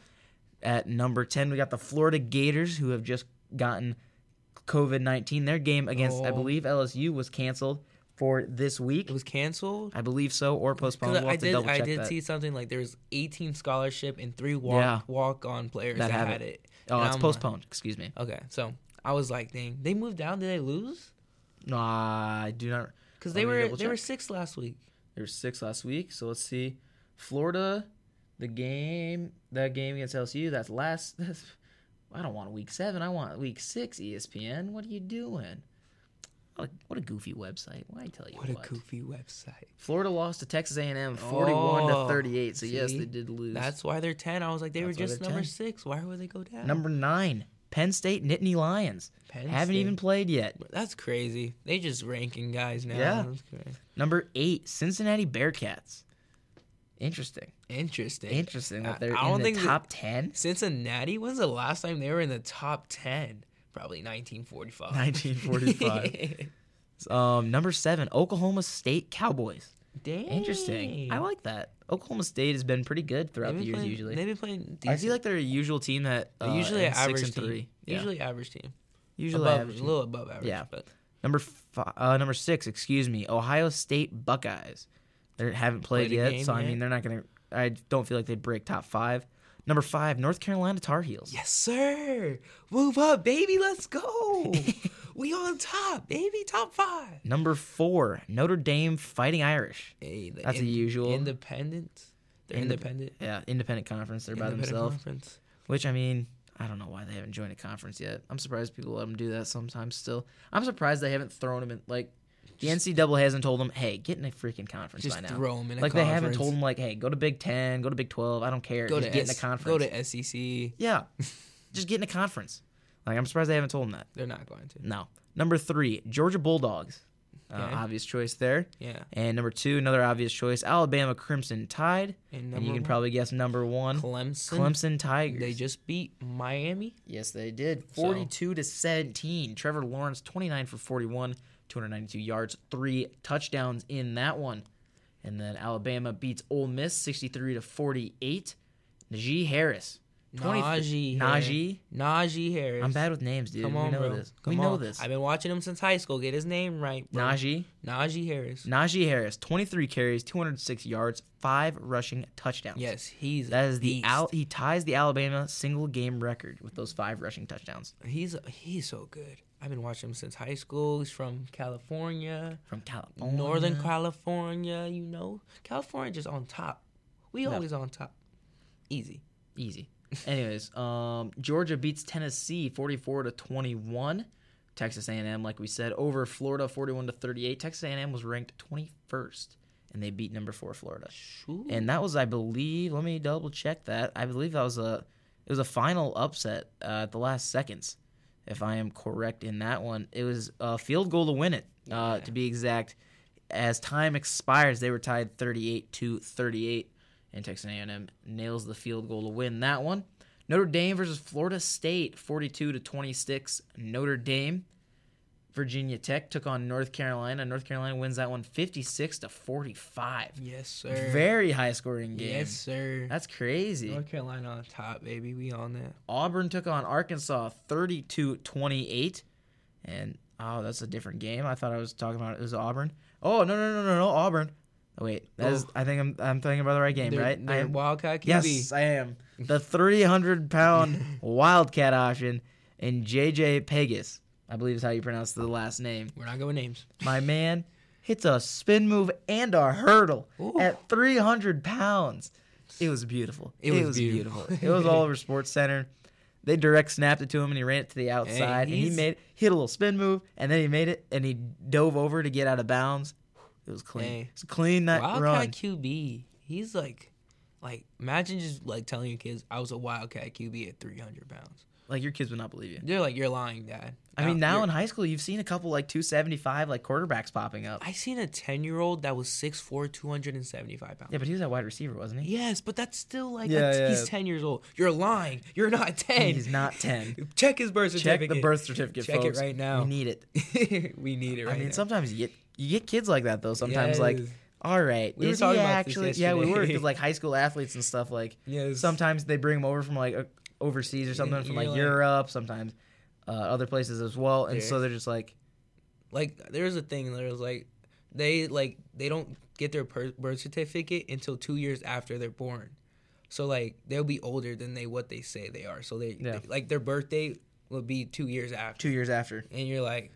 S1: At number 10, we got the Florida Gators, who have just gotten COVID 19. Their game against, I
S2: Oh.
S1: believe, LSU was canceled for this week.
S2: it was canceled.
S1: I believe so, or postponed.
S2: Because
S1: We'll
S2: I
S1: have to
S2: did,
S1: double
S2: I
S1: check
S2: did
S1: that.
S2: see something like there was 18 scholarship and three walk
S1: Yeah.
S2: walk on players
S1: That
S2: that,
S1: have
S2: had
S1: it.
S2: it.
S1: Oh,
S2: And
S1: it's
S2: I'm like-
S1: postponed. Excuse me.
S2: okay, so I was like, dang, they moved down. Did they lose?
S1: No, I do not.
S2: Because
S1: Let me
S2: they were
S1: double
S2: they were
S1: check.
S2: six last week.
S1: There were six last week. So let's see. Florida, the game, that game against LSU. That's last. That's, I don't want week seven. I want week six. E ESPN. What are you doing? What a, what a goofy website. Why I tell you
S2: What
S1: what?
S2: a goofy website.
S1: Florida lost to Texas A&M, forty-one
S2: Oh,
S1: to thirty-eight. So yes,
S2: see?
S1: they did lose.
S2: That's why they're 10. I was like, they
S1: That's
S2: were
S1: why
S2: just
S1: they're
S2: number
S1: 10.
S2: six. Why would they go down?
S1: number nine. Penn State Nittany Lions
S2: Penn
S1: haven't
S2: State.
S1: even played yet.
S2: That's crazy. They just ranking guys now.
S1: Yeah.
S2: That's crazy.
S1: Number eight, Cincinnati Bearcats. Interesting.
S2: Interesting.
S1: Interesting
S2: I-
S1: that they're
S2: I
S1: in
S2: don't
S1: the
S2: think that-
S1: top ten.
S2: Cincinnati. When's the last time they were in the top 10? Probably 1945.
S1: 1945. Um, number seven, Oklahoma State Cowboys.
S2: Dang.
S1: Interesting. I like that. Oklahoma State has been pretty good
S2: They've
S1: throughout the
S2: been
S1: years.
S2: playing- They've
S1: usually,
S2: been playing.
S1: I feel
S2: decent.
S1: like they're a usual team that
S2: They're
S1: uh,
S2: usually an
S1: ends six
S2: average
S1: and
S2: team.
S1: three. Yeah.
S2: Usually average team.
S1: usually
S2: above,
S1: average
S2: a
S1: team.
S2: little above average.
S1: Yeah.
S2: But
S1: Number fi- uh, number six, excuse me, Ohio State Buckeyes. They haven't played,
S2: Played a
S1: yet,
S2: game
S1: so I
S2: yet?
S1: mean they're not gonna. I don't feel like they'd break top five. Number five, North Carolina Tar Heels.
S2: Yes, sir. Move up, baby. Let's go. we on top, baby. Top five.
S1: Number four, Notre Dame Fighting Irish.
S2: Hey, the
S1: That's the usual.
S2: Independent. They're
S1: Inde-
S2: independent.
S1: Yeah, independent conference. They're by
S2: Independent
S1: themselves.
S2: conference.
S1: Which I mean, I don't know why they haven't joined a conference yet. I'm surprised people let them do that sometimes. Still, I'm surprised they haven't thrown them in. Like the NCAA hasn't told them, hey, get in a freaking conference
S2: Just
S1: by now.
S2: throw 'em in a
S1: like they haven't told
S2: conference.
S1: them, like, hey, go to Big Ten, go to Big Twelve. I don't care.
S2: Go
S1: Just
S2: to
S1: get in
S2: S- E
S1: a conference.
S2: Go to SEC.
S1: yeah, just get in a conference. Like I'm surprised they haven't told them that.
S2: They're not going to.
S1: No. Number three, Georgia Bulldogs. Uh,
S2: Okay.
S1: obvious choice there.
S2: Yeah.
S1: And number two, another obvious choice, Alabama Crimson Tide.
S2: And
S1: And,
S2: number
S1: you can
S2: one?
S1: probably guess number one,
S2: Clemson.
S1: Clemson Tigers.
S2: They just beat Miami.
S1: Yes, they did. 42 to 17. Trevor Lawrence, 29 for 41, 292 yards, three touchdowns in that one. And then Alabama beats Ole Miss, 63 to 48. Najee Harris. 20
S2: Najee. Harris.
S1: Najee.
S2: Najee Harris.
S1: I'm bad with names, dude.
S2: Come on,
S1: we know
S2: bro.
S1: this.
S2: Come
S1: we know
S2: on.
S1: this.
S2: I've been watching him since high school. Get his name right, bro.
S1: Najee.
S2: Najee Harris.
S1: Najee Harris, 23 carries, 206 yards, five rushing touchdowns.
S2: Yes, he's
S1: That is the
S2: beast.
S1: Al- he ties the Alabama single game record with those five rushing touchdowns
S2: He's he's so good. I've been watching him since high school. He's from California,
S1: from California.
S2: Northern California. You know, California just on top. We always on top. Easy.
S1: Easy. Anyways, um, Georgia beats Tennessee 44 to 21. Texas A&M, like we said, over Florida 41 to 38. Texas A&M was ranked 21st, and they beat number four Florida.
S2: Shoo.
S1: And that was, I believe, let me double check that. I believe that was a it was a final upset uh, at the last seconds, if I am correct in that one. It was a field goal to win it, uh, to be exact. As time expires, they were tied 38 to 38, and Texas A&M nails the field goal to win that one. Notre Dame versus Florida State, 42 to 26. Notre Dame. Virginia Tech took on North Carolina. North Carolina wins that one 56 to 45.
S2: yes, sir.
S1: Very high scoring game.
S2: yes, sir.
S1: That's crazy.
S2: North Carolina on top, baby. We on that.
S1: Auburn took on Arkansas 32 28. And, oh, that's a different game. I thought I was talking about it was Auburn. Oh, no, no, no, no, no, Auburn. Oh, wait. That is, I think I'm, I'm thinking about the right game,
S2: They're,
S1: right? I
S2: they're
S1: am-
S2: Wildcat QB.
S1: yes, I am. The 300 pound Wildcat option and JJ Pegas, I believe is how you pronounce the last name.
S2: We're not going names.
S1: my man hits a spin move and a hurdle
S2: Ooh.
S1: at 300 pounds. It was beautiful.
S2: It was beautiful.
S1: it was all over Sports Center. They direct snapped it to him and he ran it to the outside and he
S2: he's-
S1: made hit a little spin move and then he made it and he dove over to get out of bounds. It was clean.
S2: Hey.
S1: It's a clean night
S2: Wildcat
S1: run.
S2: QB. He's like, like imagine just like telling your kids I was a Wildcat QB at 300 pounds.
S1: Like your kids would not believe you.
S2: They're like, you're lying, Dad.
S1: I mean, now
S2: you're-
S1: in high school, you've seen a couple like 275 like quarterbacks popping up.
S2: I seen a 10 year old that was 6'4, 275 pounds.
S1: Yeah, but he was that wide receiver, wasn't he?
S2: Yes, but that's still like,
S1: Yeah,
S2: a-
S1: yeah.
S2: he's 10 years old. You're lying. You're not 10.
S1: He's not 10.
S2: Check his birth
S1: Check
S2: certificate.
S1: the birth certificate.
S2: Check
S1: folks.
S2: it right now.
S1: We need it.
S2: we need it right
S1: I mean,
S2: now.
S1: sometimes you get you get kids like that though. Sometimes like,
S2: Yes.
S1: all right,
S2: We were
S1: is he
S2: talking about this
S1: actually? yeah, we were
S2: yesterday.
S1: 'cause, like high school athletes and stuff. Like,
S2: Yes.
S1: sometimes they bring them over from like o- overseas or something from
S2: you're
S1: like,
S2: like-
S1: Europe. Sometimes uh, other places as well. And so
S2: Yeah.
S1: they're just like,
S2: like there's a thing that was like they like they don't get their per- birth certificate until two years after they're born so like they'll be older than they what they say they are so they,
S1: Yeah.
S2: they- like their birthday will be two years after
S1: two years after.
S2: and you're like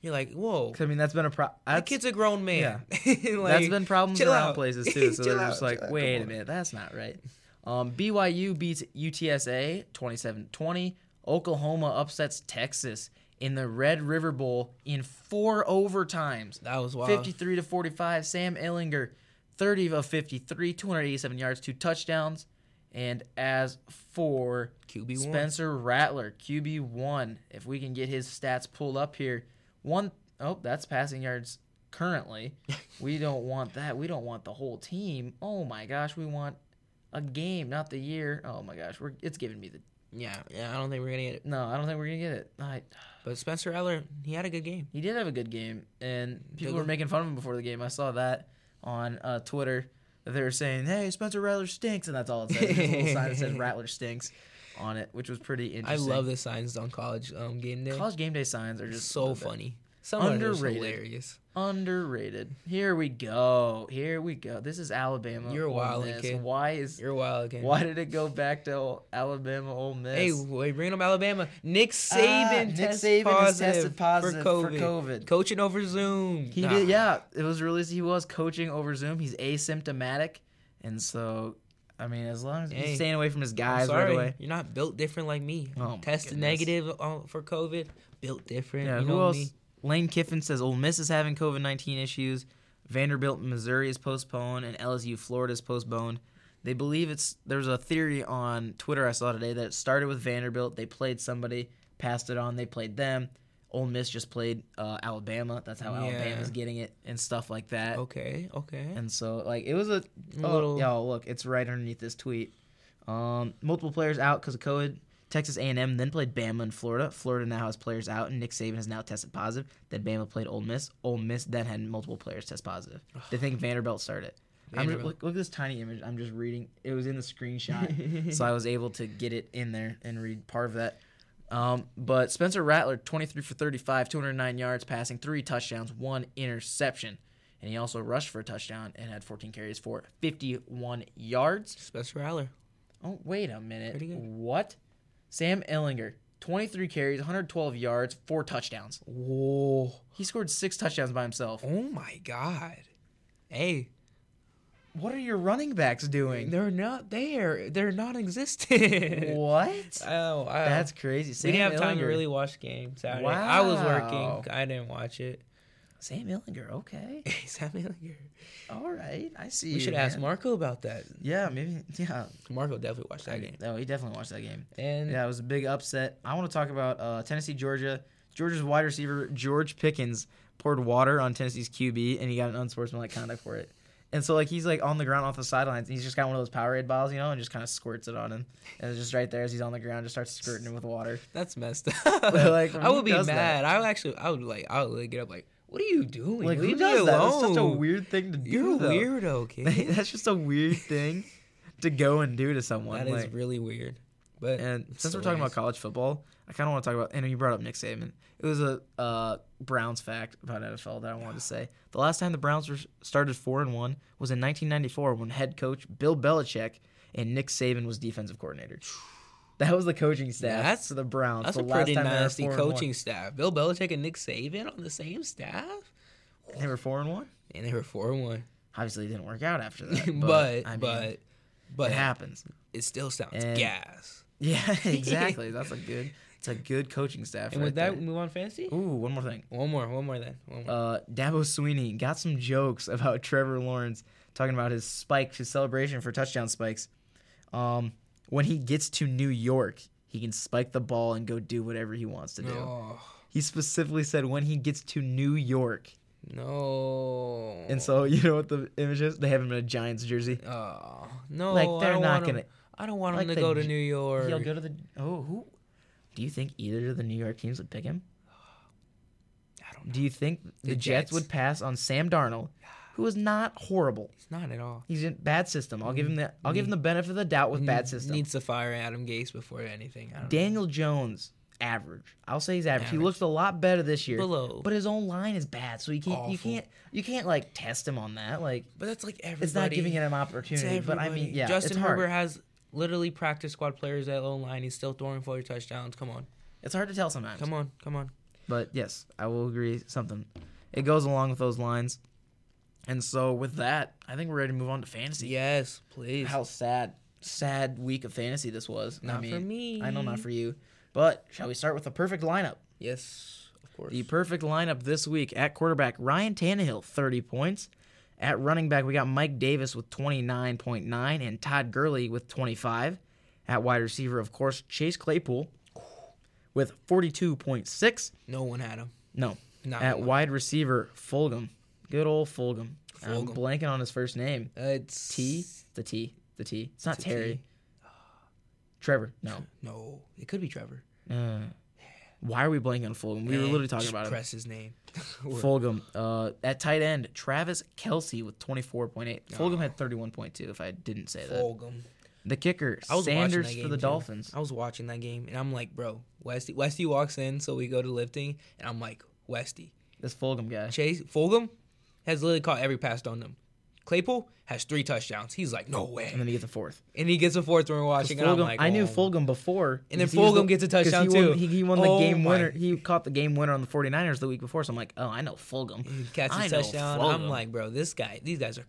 S2: you're like whoa
S1: 'Cause, I mean, that's been a pro.
S2: that
S1: That's,
S2: kid's a grown man
S1: yeah.
S2: like,
S1: that's been problems
S2: chill
S1: around
S2: out.
S1: places too. So they're
S2: Chill
S1: just
S2: out,
S1: like,
S2: chill out,
S1: wait
S2: come
S1: a
S2: on."
S1: minute, that's not right. Um, BYU beats UTSA 27-20. Oklahoma upsets Texas in the Red River Bowl in four overtimes.
S2: that was wild
S1: 53 to 45. Sam Ellinger, 30 of 53, 287 yards, two touchdowns. And as for
S2: QB1.
S1: Spencer Rattler, QB1, if we can get his stats pulled up here, one oh, that's passing yards currently. we don't want that. We don't want the whole team. Oh my gosh, we want a game, not the year. Oh my gosh, we're it's giving me the
S2: yeah yeah i don't think we're gonna get it
S1: No, I don't think we're going to get it. I,
S2: but spencer eller he had a good game
S1: he did have a good game, and people
S2: Did
S1: were
S2: he?
S1: making fun of him before the game. I saw that on uh, Twitter. That they were saying, "Hey, Spencer Rattler stinks," and that's all it said. There's a little sign that says "Rattler stinks" on it, which was pretty
S2: i
S1: interesting.
S2: love the signs on college um game day
S1: college game day signs are just
S2: so
S1: the best.
S2: funny Some of it was
S1: Underrated.
S2: hilarious.
S1: Underrated. Here we go. Here we go. This is Alabama.
S2: You're
S1: Ole
S2: wildin',
S1: Miss.
S2: kid.
S1: Why is
S2: You're wild again.
S1: why did it go back to Alabama Ole Miss?
S2: Hey, wait, bringing up Alabama. Nick Saban,
S1: Ah, Nick
S2: tests
S1: Saban has
S2: positive
S1: tested positive
S2: for
S1: for
S2: COVID.
S1: COVID.
S2: Coaching over Zoom.
S1: He
S2: Nah.
S1: did, yeah. It was released. He was coaching over Zoom. He's asymptomatic, and so I mean, as long as
S2: Hey,
S1: he's staying away from his
S2: I'm
S1: guys right
S2: sorry,
S1: away.
S2: you're not built different like me.
S1: Oh my
S2: Tested
S1: goodness.
S2: negative uh, for COVID. Built different.
S1: Yeah,
S2: you
S1: who
S2: know
S1: else?
S2: me.
S1: Lane Kiffin says Ole Miss is having COVID nineteen issues. Vanderbilt, Missouri is postponed, and LSU, Florida is postponed. They believe it's there's a theory on Twitter I saw today that it started with Vanderbilt. They played somebody, passed it on. They played them. Ole Miss just played uh, Alabama. That's how
S2: Yeah.
S1: Alabama's getting it and stuff like that.
S2: Okay, okay.
S1: And so, like, it was a
S2: A
S1: oh,
S2: little-
S1: Yo, look, it's right underneath this tweet. Um, multiple players out because of COVID. Texas A&M then played Bama in Florida. Florida now has players out, and Nick Saban has now tested positive. Then Bama played Ole Miss. Ole Miss then had multiple players test positive. They think Vanderbilt started. I'm just,
S2: Vanderbilt.
S1: look, look at this tiny image. I'm just reading. It was in the screenshot, so I was able to get it in there and read part of that. Um, but Spencer Rattler, 23 for 35, 209 yards passing, three touchdowns, one interception. And he also rushed for a touchdown and had 14 carries for 51 yards.
S2: Spencer Rattler.
S1: Oh, wait a minute.
S2: Pretty good.
S1: What? Sam Ellinger, 23 carries, 112 yards, four touchdowns.
S2: Whoa.
S1: He scored six touchdowns by himself.
S2: Oh my God. Hey,
S1: What are your running backs doing?
S2: they're not there. They're non-existent.
S1: What?
S2: oh, wow.
S1: That's crazy.
S2: we
S1: Sam
S2: didn't have time to
S1: Ehlinger.
S2: really watch the game Saturday. I was
S1: Wow.
S2: working. I didn't watch it.
S1: Sam Ellinger, okay.
S2: Sam Ellinger.
S1: All right. I see.
S2: We should ask Marco about that.
S1: Yeah, maybe. Yeah.
S2: Marco definitely watched that game.
S1: Oh, he definitely watched that game.
S2: And
S1: Yeah, it was a big upset. I want to talk about uh, Tennessee, Georgia. Georgia's wide receiver George Pickens poured water on Tennessee's QB, and he got an unsportsmanlike conduct for it. And so, like, he's like on the ground off the sidelines, and he's just got one of those Powerade bottles, you know, and just kind of squirts it on him, and it's just right there as he's on the ground, just starts squirting him with water.
S2: that's messed up.
S1: Like,
S2: I
S1: who
S2: would be
S1: does
S2: mad.
S1: that?
S2: I would actually, I would like, I would like, get up like, what are you doing?
S1: Like,
S2: Leave
S1: who
S2: me
S1: does that? That's such a
S2: alone."
S1: weird thing to do.
S2: You're a
S1: though.
S2: weirdo, kid.
S1: That's just a weird thing to go and do to someone.
S2: That is
S1: like-
S2: really weird. But
S1: And
S2: it's
S1: since we're talking about college
S2: hilarious.
S1: football, I kind of want to talk about. And you brought up Nick Saban. It was a uh, Browns fact about NFL that I wanted to say. The last time the Browns were started four and one was in 1994 when head coach Bill Belichick and Nick Saban was defensive coordinator. That was the coaching staff
S2: That's-
S1: for the Browns.
S2: that's
S1: the
S2: a pretty
S1: last time they were
S2: nasty
S1: four and one.
S2: coaching staff. Bill Belichick and Nick Saban on the same staff,
S1: And they were four and one.
S2: and they were four and one.
S1: Obviously, it didn't work out after that.
S2: But
S1: But
S2: but
S1: I mean,
S2: but,
S1: it happens.
S2: it still sounds
S1: And-
S2: gas.
S1: Yeah, exactly. that's a good. It's a good coaching staff.
S2: And
S1: right
S2: with
S1: there.
S2: that, we move on fantasy.
S1: ooh, one more thing.
S2: One more, one more then. One more.
S1: uh, Dabo Sweeney got some jokes about Trevor Lawrence talking about his spikes, his celebration for touchdown spikes. Um, when he gets to New York, he can spike the ball and go do whatever he wants to do.
S2: no,
S1: He specifically said when he gets to New York.
S2: no.
S1: And so, you know what the image is? They have him in a Giants jersey.
S2: oh no,
S1: Like,
S2: I
S1: they're
S2: don't
S1: not
S2: want
S1: gonna-
S2: Him, I don't want
S1: like
S2: him to
S1: the
S2: go to
S1: G-
S2: New York.
S1: He'll go to the. Oh, who? Do you think either of the New York teams would pick him?
S2: I don't know.
S1: Do you think the, Jets.
S2: Jets.
S1: would pass on Sam Darnold, who is not horrible?
S2: It's not at all.
S1: He's in bad system. I'll give him the. I'll give him the benefit of the doubt with bad system.
S2: Needs to fire Adam Gase before anything. I don't know.
S1: Daniel Jones, average. I'll say he's average. He
S2: Average.
S1: looks a lot better this year.
S2: Below.
S1: But his own line is bad, so you can't you
S2: Awful.
S1: can't you can't like test him on that. Like
S2: But that's like everybody.
S1: it's not giving him an
S2: It's
S1: opportunity. But I mean,
S2: everybody.
S1: yeah,
S2: Justin
S1: it's hard.
S2: Herbert has literally practice squad players at low line. He's still throwing four touchdowns. Come on,
S1: It's hard to tell sometimes.
S2: come on, come on.
S1: But yes, I will agree something. It goes along with those lines. And so with that, I think we're ready to move on to fantasy.
S2: Yes, please.
S1: How sad, sad week of fantasy this was. I
S2: Not
S1: mean,
S2: for me.
S1: I know not for you. But shall we start with the perfect lineup?
S2: Yes, of course.
S1: The perfect lineup this week at quarterback Ryan Tannehill, 30 points. At running back, we got Mike Davis with 29.9 and Todd Gurley with 25. At wide receiver, of course, Chase Claypool with 42.6.
S2: no one had him.
S1: No.
S2: Not
S1: at
S2: one.
S1: wide receiver, Fulgham. Good old Fulgham. I'm
S2: Fulgham.
S1: blanking on his first name.
S2: Uh, it's
S1: T? The T. The T. It's not
S2: It's a
S1: Terry.
S2: T.
S1: Trevor. No.
S2: No, it could be Trevor.
S1: Uh, why are we blanking on Fulgham? We were
S2: Man,
S1: literally talking
S2: just
S1: about him.
S2: press his name. Or-
S1: Fulgham uh, at tight end, Travis Kelsey with 24.8. Fulgham had 31.2, if I didn't say that.
S2: Fulgham.
S1: The kicker,
S2: I was
S1: Sanders
S2: watching that
S1: for the
S2: game, too.
S1: Dolphins.
S2: I was watching that game and I'm like, bro, Westy. Westy walks in, so we go to lifting, and I'm like, Westy,
S1: This Fulgham guy.
S2: Chase Fulgham has literally caught every pass on them. Claypool has three touchdowns. He's like, no
S1: And
S2: way.
S1: then he gets a fourth.
S2: And he gets a fourth when we're
S1: 'Cause
S2: watching. and I'm
S1: Fulgham-
S2: like,
S1: I knew
S2: oh.
S1: Fulgham before.
S2: And then
S1: 'cause he was the-
S2: Fulgham gets a
S1: 'cause he
S2: touchdown,
S1: won-
S2: too.
S1: He, he won the
S2: Oh
S1: game
S2: my-
S1: winner. He caught the game winner on the 49ers the week before. So I'm like, oh, I know Fulgham.
S2: He catches
S1: I
S2: a
S1: know
S2: touchdown.
S1: Fulgham.
S2: I'm like, bro, this guy, these guys are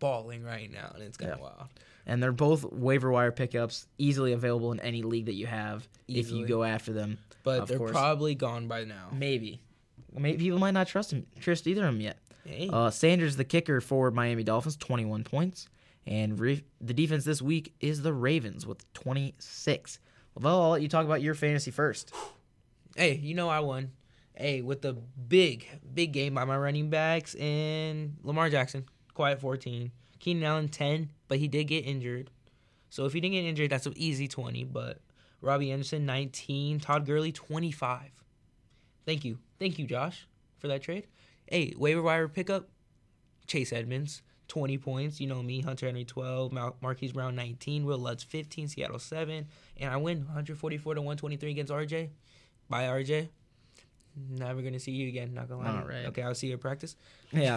S2: balling right now, and it's kind of
S1: Yeah.
S2: wild.
S1: and they're both waiver wire pickups, easily available in any league that you have if you
S2: Easily.
S1: go after them.
S2: But
S1: Of
S2: they're
S1: course.
S2: probably gone by now.
S1: Maybe, maybe people might not trust him, trust either of them yet.
S2: Hey,
S1: Uh, Sanders, the kicker for Miami Dolphins, 21 points, and re- the defense this week is the Ravens with 26. Well, I'll let you talk about your fantasy first.
S2: hey, you know I won. Hey, with the big, big game by my running backs and Lamar Jackson, quiet 14, Keenan Allen 10, but he did get injured. So if he didn't get injured, that's an easy 20. But Robbie Anderson 19, Todd Gurley 25. Thank you, thank you, Josh, for that trade. Hey, waiver wire pickup, Chase Edmonds 20 points. You know me, Hunter Henry 12, Mar- Marquise Brown 19, Will Lutz 15, Seattle 7, and I win 144 to 123 against RJ. Bye, RJ. Never gonna see you again. Not gonna lie. to you.
S1: Alright.
S2: Okay, I'll see you at practice.
S1: Yeah,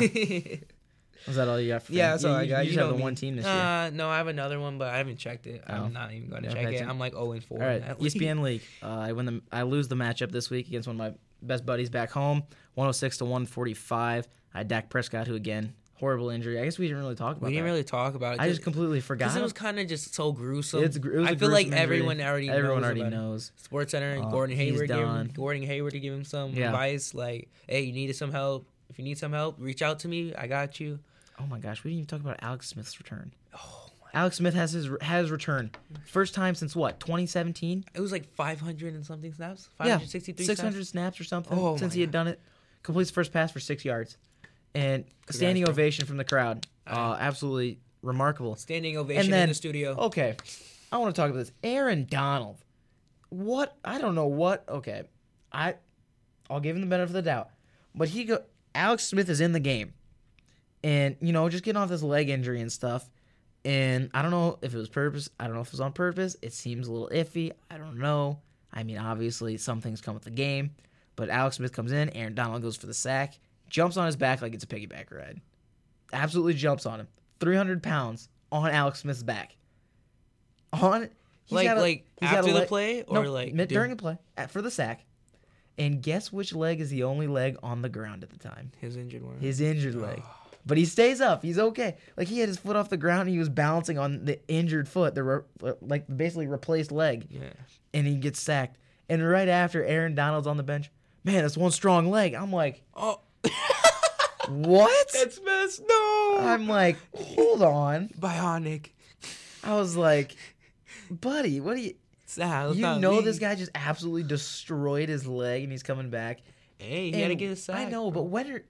S1: was that all you got? For
S2: Yeah,
S1: fan-
S2: that's
S1: you,
S2: all I
S1: you-
S2: got.
S1: You just
S2: know
S1: have the
S2: me.
S1: one team this year.
S2: Uh, no, I have another one, but I haven't checked it.
S1: Oh.
S2: I'm not even going to
S1: Never
S2: check
S1: had
S2: it.
S1: time.
S2: I'm like 0 and 4.
S1: All right,
S2: in that league.
S1: ESPN league. Uh, I win the. I lose the matchup this week against one of my best buddies back home, 106 to 145. I had Dak Prescott, who again horrible injury. I guess we didn't really talk about.
S2: We didn't
S1: that.
S2: really talk about it.
S1: I just completely
S2: because
S1: forgot.
S2: it was kind of just so gruesome.
S1: It's gr- it was
S2: I
S1: a
S2: feel like
S1: gruesome injury.
S2: everyone already
S1: everyone
S2: knows
S1: already
S2: about it.
S1: knows.
S2: Sports Center and
S1: Uh,
S2: Gordon
S1: he's
S2: Hayward. Gave
S1: done.
S2: him, Gordon Hayward to give him some
S1: Yeah.
S2: advice, like, "Hey, you needed some help. If you need some help, reach out to me. I got you."
S1: Oh my gosh, we didn't even talk about Alex Smith's return. Alex Smith has his has returned. First time since what 2017?
S2: It was like 500 and something snaps.
S1: Yeah,
S2: 563 snaps.
S1: 600 snaps or something
S2: Oh
S1: since
S2: my
S1: he had done it. Completes first pass for six yards, and a standing
S2: bro.
S1: ovation from the crowd. Uh, absolutely remarkable.
S2: Standing ovation
S1: then- oh,
S2: in the studio.
S1: Okay. I want to talk about this. Aaron Donald. What? I don't know what. Okay. I I'll give him the benefit of the doubt. But he go Alex Smith is in the game. And, you know, just getting off this leg injury and stuff. And I don't know if it was purpose. I don't know if it was on purpose. It seems a little iffy. I don't know. I mean, obviously some things come with the game. But Alex Smith comes in, Aaron Donald goes for the sack, jumps on his back like it's a piggyback ride. Absolutely jumps on him. 300 pounds on Alex Smith's back on he's
S2: Like-
S1: got a-
S2: like
S1: he's got a
S2: after the
S1: leg-
S2: play
S1: no,
S2: or like
S1: mid-
S2: dur-
S1: during the play at, for the sack. And guess which leg is the only leg on the ground at the time?
S2: His injured one.
S1: His injured leg.
S2: Oh.
S1: But he stays up. He's okay. Like he had his foot off the ground. And he was balancing on the injured foot, the re- uh, like basically replaced leg,
S2: yeah.
S1: and he gets sacked. And right after, Aaron Donald's on the bench. Man, that's one strong leg. I'm like,
S2: Oh,
S1: what?
S2: that's messed. No.
S1: I'm like, hold on.
S2: Bionic.
S1: I was like, buddy, what do you?
S2: Sal,
S1: You know this guy just absolutely destroyed his leg and he's coming back.
S2: Hey, he had to
S1: And
S2: get a sack.
S1: I know, but when are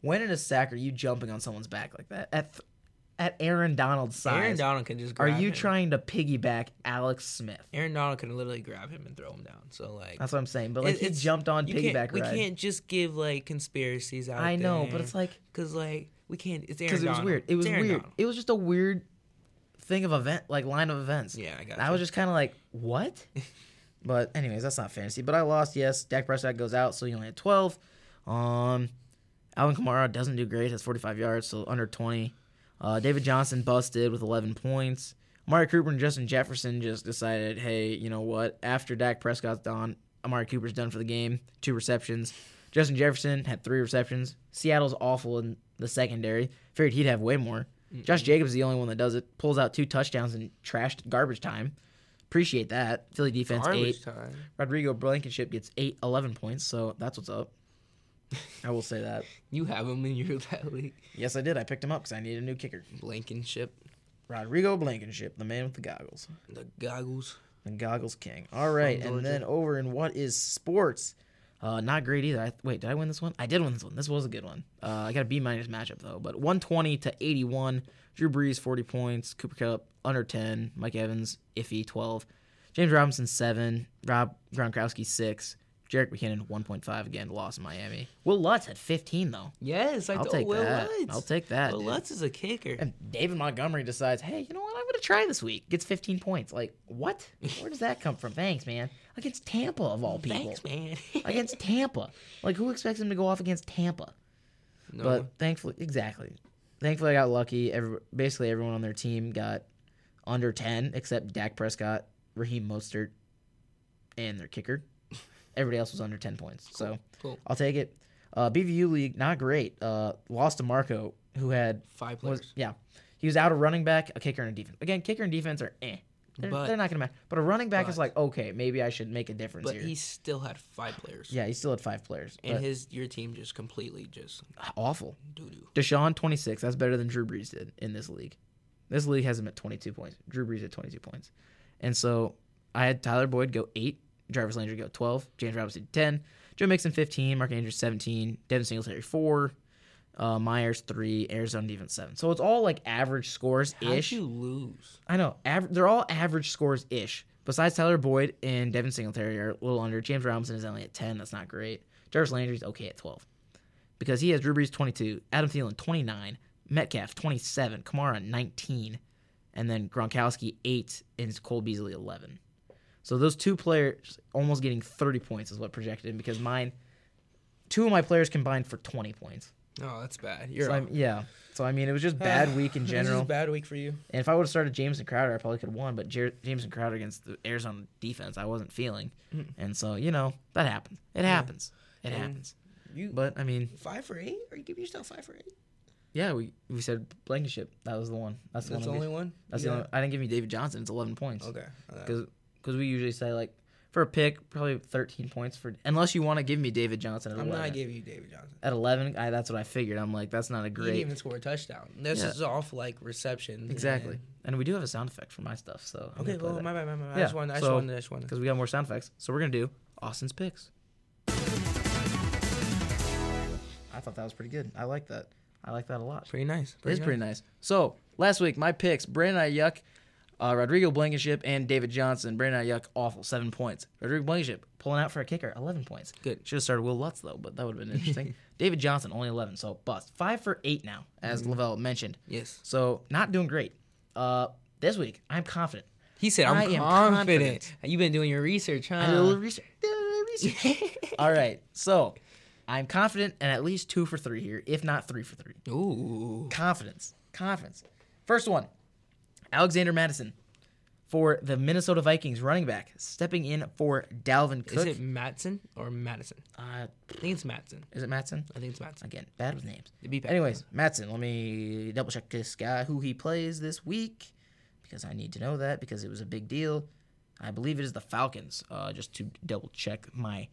S1: when in a sack are you jumping on someone's back like that? At th- at Aaron Donald's size.
S2: Aaron Donald can just
S1: are
S2: grab
S1: you
S2: him.
S1: trying to piggyback Alex Smith?
S2: Aaron Donald can literally grab him and throw him down. So like,
S1: That's what I'm saying. But like
S2: it-
S1: he
S2: it's-
S1: jumped on
S2: you can't-
S1: piggyback
S2: We
S1: ride.
S2: can't just give like conspiracies out.
S1: I know, but it's like
S2: because like we can't. It's Aaron
S1: because it was
S2: Donald.
S1: weird. It
S2: It's
S1: was
S2: Aaron
S1: weird.
S2: Donald.
S1: It was just a weird thing of event, like line of events.
S2: Yeah, I got.
S1: And I was just kind of like, what? but anyways, that's not fantasy. But I lost. Yes, Dak Prescott goes out, so he only had twelve. Um, Alvin Kamara doesn't do great. Has forty five yards, so under twenty. Uh, David Johnson busted with eleven points. Amari Cooper and Justin Jefferson just decided, hey, you know what? After Dak Prescott's done, Amari Cooper's done for the game. Two receptions. Justin Jefferson had three receptions. Seattle's awful in the secondary. Figured he'd have way more. Josh Jacobs is the only one that does it. Pulls out two touchdowns in trashed garbage time. Appreciate that. Philly defense eight.
S2: garbage time.
S1: Rodrigo Blankenship gets eight, 11 points, so that's what's up. I will say that.
S2: You have him in your that league.
S1: Yes, I did. I picked him up because I needed a new kicker.
S2: Blankenship,
S1: Rodrigo Blankenship, the man with the goggles.
S2: the goggles.
S1: The goggles king. All right,
S2: From
S1: and
S2: Georgia.
S1: then over in what is sports? Uh, not great either. I, wait, did I win this one? I did win this one. This was a good one. Uh, I got a B minus matchup though, but 120 to 81. Drew Brees 40 points. Cooper Cup under 10. Mike Evans iffy 12. James Robinson seven. Rob Gronkowski six. Jarek McKinnon 1.5 again. Lost in Miami. Will Lutz had 15 though.
S2: Yes, I
S1: I'll
S2: told
S1: take
S2: Will
S1: that.
S2: Lutz.
S1: I'll take that.
S2: Will
S1: dude.
S2: Lutz is a kicker.
S1: And David Montgomery decides, hey, you know what? I'm gonna try this week. Gets 15 points. Like what? Where does that come from? Thanks, man. Against Tampa of all people.
S2: Thanks, man.
S1: against Tampa. Like who expects him to go off against Tampa?
S2: no,
S1: But thankfully, exactly. Thankfully, I got lucky. Every, basically, everyone on their team got under 10 except Dak Prescott, Raheem Mostert, and their kicker. Everybody else was under 10 points. So
S2: cool.
S1: I'll take it. Uh, BVU League, not great. Uh, lost to Marco, who had.
S2: Five players.
S1: Was, yeah. He was out a running back, a kicker, and a defense. Again, kicker and defense are eh. They're,
S2: But-
S1: they're not going to matter. But a running back is
S2: but-
S1: like, okay, maybe I should make a difference
S2: but
S1: here.
S2: he still had five players.
S1: yeah, he still had five players.
S2: And
S1: but
S2: his your team just completely just
S1: awful.
S2: doo doo.
S1: Deshaun 26. That's better than Drew Brees did in this league. This league has him at 22 points. Drew Brees at 22 points. And so I had Tyler Boyd go 8, Jarvis Landry go 12, James Robinson 10, Joe Mixon 15, Mark Andrews 17, Devin Singletary 4, uh, Myers 3, Arizona defense 7. So it's all like average scores
S2: How'd
S1: ish.
S2: you lose?
S1: I know. Aver- they're all average scores ish. Besides Tyler Boyd and Devin Singletary are a little under. James Robinson is only at 10. That's not great. Jarvis Landry's okay at 12. Because he has Drew Brees 22, Adam Thielen 29, Metcalf 27, Kamara 19, and then Gronkowski 8, and Cole Beasley 11. So those two players almost getting 30 points is what projected him because mine, two of my players combined for 20 points.
S2: No, that's bad. You're
S1: So I'm, yeah. So I mean, it was just bad week in general.
S2: bad week for you.
S1: And if I would have started Jameson Crowder, I probably could have won. But Jer- Jameson Crowder against the Arizona defense, I wasn't feeling.
S2: Mm.
S1: And so, you know, that happens. It happens. It happens.
S2: You
S1: But I mean,
S2: five for eight? Are you giving yourself five for eight?
S1: yeah, we, we said Blankenship. That was the one. That's the
S2: That's the
S1: one. I
S2: only
S1: gave-
S2: one.
S1: That's
S2: You
S1: the
S2: got-
S1: only, I didn't give you David Johnson. It's 11 points.
S2: Okay. okay.
S1: Because we usually say like for a pick, probably 13 points for unless you want to give me David Johnson at
S2: I'm
S1: 11.
S2: not giving you David Johnson.
S1: at 11, I, that's what I figured. I'm like, that's not a
S2: He
S1: great.
S2: didn't even score a touchdown. This
S1: Yeah.
S2: is off like reception.
S1: exactly. And we do have a sound effect for my stuff. So I'm
S2: Okay,
S1: gonna play
S2: well,
S1: that.
S2: my bad, my bad. my bad. I
S1: Yeah,
S2: just wanted, I just
S1: so-
S2: wanted, I just wanted.
S1: because we got more sound effects. So we're gonna do Austin's picks. I thought that was pretty good. I like that. I like that a lot.
S2: Pretty nice.
S1: it's pretty nich. nice. So last week, my picks: Brandon Ayuk, uh, Rodrigo Blankenship, and David Johnson. Brandon Ayuk, awful, seven points. Rodrigo Blankenship pulling out for a kicker, eleven points.
S2: Good.
S1: Should have started Will Lutz though, but that would have been interesting. David Johnson only eleven, so bust. Five for eight now, as Lavelle mentioned.
S2: Yes.
S1: So not doing great. Uh, this week, I'm confident.
S2: He said,
S1: I
S2: "I'm
S1: am
S2: confident.
S1: confident.
S2: You've been doing your research, huh?"
S1: I did a little research. Did a little research. All right. So I'm confident and at least two for three here, if not three for three.
S2: Ooh.
S1: Confidence. Confidence. First one Alexander Madison for the Minnesota Vikings running back, stepping in for Dalvin
S2: Is
S1: Cook.
S2: it Matson or Madison?
S1: uh,
S2: I think it's Matson.
S1: is it Matson?
S2: I think it's Matson.
S1: Again, bad with names.
S2: It'd be bad.
S1: Anyways, Matson, let me double check this guy who he plays this week because I need to know that because it was a big deal. I believe it is the Falcons. Uh, just to double check my,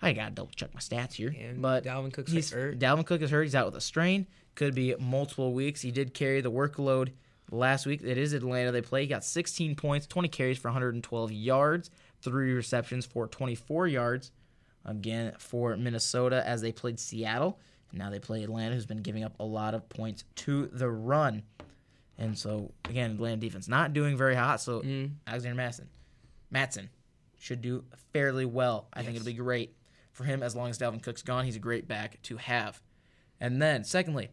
S1: I gotta double check my stats here.
S2: And
S1: but
S2: Dalvin Cook's
S1: he's,
S2: hurt.
S1: Dalvin Cook is hurt. He's out with a strain. Could be multiple weeks. He did carry the workload last week. It is Atlanta. They play. He got 16 points, 20 carries for 112 yards, three receptions for 24 yards. Again for Minnesota as they played Seattle. Now they play Atlanta, who's been giving up a lot of points to the run. And so again, Atlanta defense not doing very hot. So
S2: Mm-hmm.
S1: Alexander Matson, Matson should do fairly well. I think it'll be great for him as long as Dalvin Cook's gone. He's a great back to have. And then secondly,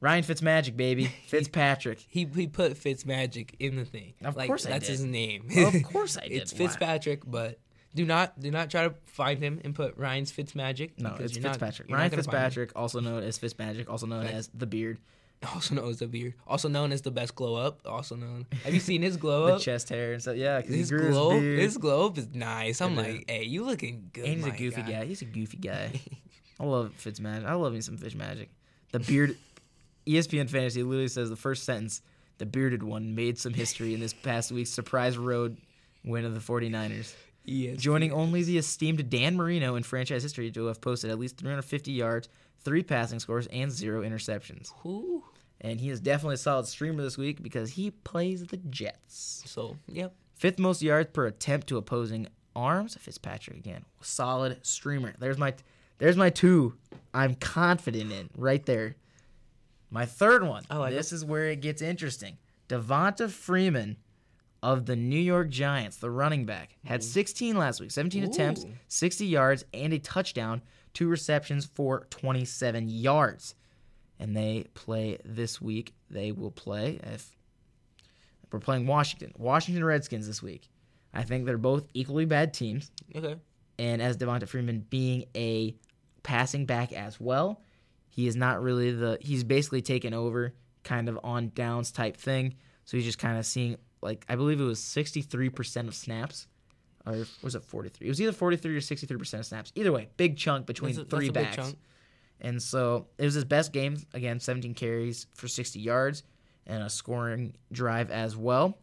S1: Ryan Fitzmagic, baby Fitzpatrick.
S2: He he put Fitzmagic in the thing.
S1: Of
S2: like,
S1: course I
S2: that's
S1: did.
S2: his name.
S1: Of course I did.
S2: it's
S1: Why?
S2: Fitzpatrick, but do not do not try to find him and put Ryan's Fitzmagic.
S1: No,
S2: because
S1: it's
S2: you're not-
S1: Fitzpatrick.
S2: you're not
S1: Ryan
S2: gonna find him.
S1: Fitzpatrick, also known as Fitzmagic, also known as the Beard,
S2: also known as the beard, also known as the best glow up, also known. Have you seen his glow
S1: the
S2: up?
S1: chest hair and stuff. Yeah, because he
S2: his
S1: grew
S2: glow,
S1: his beard.
S2: his glow up is nice. I'm like, hey, you looking good.
S1: And he's
S2: my
S1: a goofy
S2: guy."
S1: guy. He's a goofy guy. I love Fitzmagic. I love me some Fitzmagic. The beard. E ESPN Fantasy literally says the first sentence the bearded one made some history in this past week's surprise road win of the 49ers.
S2: He is.
S1: Joining only the esteemed Dan Marino in franchise history to have posted at least 350 yards, three passing scores, and zero interceptions.
S2: Ooh.
S1: And he is definitely a solid streamer this week because he plays the Jets.
S2: So, yep.
S1: Fifth most yards per attempt to opposing arms. Fitzpatrick again, solid streamer. There's my, there's my two. I'm confident in right there. My third one.
S2: I like
S1: this is where it gets interesting. Devonta Freeman of the New York Giants, the running back, had 16 last week, 17 attempts,
S2: Ooh.
S1: 60 yards, and a touchdown, two receptions for 27 yards. And they play this week. They will play if We're playing Washington. Washington Redskins this week. I think they're both equally bad teams.
S2: Okay.
S1: And as Devonta Freeman being a passing back as well, he is not really the he's basically taken over kind of on downs type thing. So he's just kind of seeing like I believe it was 63% of snaps or was it 43? It was either 43 or 63% of snaps. Either way, big chunk between
S2: That's a- that's
S1: three
S2: a big
S1: backs.
S2: chunk.
S1: And so it was his best game. Again, 17 carries for 60 yards and a scoring drive as well.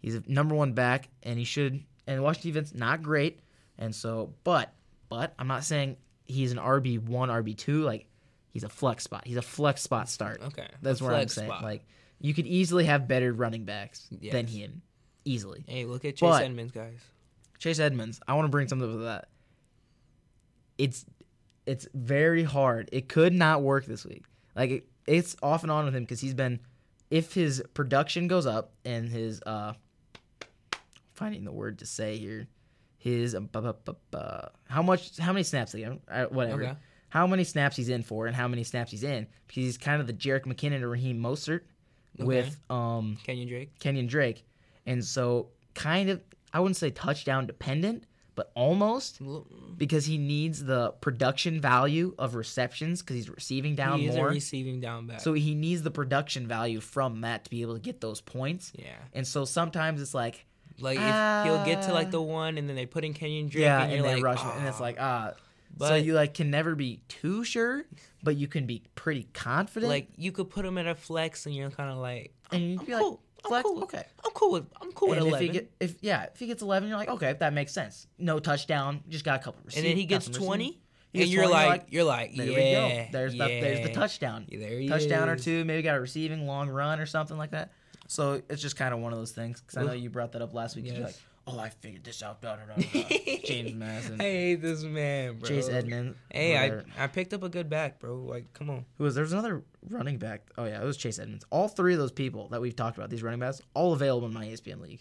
S1: He's a number one back, and he should. And Washington defense not great, and so but but I'm not saying he's an RB one, RB two. Like he's a flex spot. He's a flex spot start.
S2: Okay, a
S1: that's what I'm
S2: flex
S1: saying.
S2: spot.
S1: Like you could easily have better running backs than
S2: Yes.
S1: him, easily.
S2: Hey, look at Chase
S1: But-
S2: Edmonds, guys.
S1: Chase Edmonds, I want to bring something up to that. It's it's very hard. It could not work this week. Like it, it's off and on with him because he's been. If his production goes up and his uh, finding the word to say here, his uh, bu- bu- bu- bu- how much how many snaps again uh, whatever
S2: Okay.
S1: how many snaps he's in for and how many snaps he's in because he's kind of the Jarek McKinnon or Raheem Mostert with um
S2: Kenyon Drake.
S1: Kenyon Drake. And so kind of I wouldn't say touchdown dependent, but almost
S2: L-
S1: because he needs the production value of receptions because he's receiving down
S2: He is a
S1: more.
S2: receiving down back.
S1: so he needs the production value from that to be able to get those points.
S2: yeah,
S1: And so sometimes it's like
S2: like if he'll get to like the one, and then they put in Kenyon Drake,
S1: Ah. yeah,
S2: and
S1: and,
S2: you're
S1: they
S2: like,
S1: rush it, and it's
S2: "Ah."
S1: like ah. so
S2: But-
S1: you like can never be too sure, but you can be pretty confident.
S2: like you could put him at a flex, and you're kind of like,
S1: and you
S2: I'm
S1: can be like,
S2: cool.
S1: flex,
S2: I'm cool.
S1: okay.
S2: I'm cool with. I'm cool with
S1: And if he
S2: eleven.
S1: get, if yeah, if he gets eleven, you're like, okay, that makes sense. No touchdown, just got a couple receipts.
S2: and then he gets twenty, and
S1: gets
S2: you're
S1: 20, you're
S2: like,
S1: like,
S2: you're like,
S1: There
S2: yeah,
S1: we go. There's the there's the
S2: yeah,
S1: touchdown.
S2: yeah, there he
S1: touchdown or
S2: is."
S1: two, maybe got a receiving long run or something like that. So it's just kind of one of those things because I know you brought that up last week. 'cause You're like,
S2: Yes.
S1: oh, I figured this out. Da, da, da, da, da." James Madison,
S2: I hate this man, bro.
S1: Chase Edmonds.
S2: Hey,
S1: whatever.
S2: I, I picked up a good back, bro. Like, come on.
S1: who was there's another running back. Oh yeah, it was Chase Edmonds. All three of those people that we've talked about, these running backs, all available in my E ESPN league.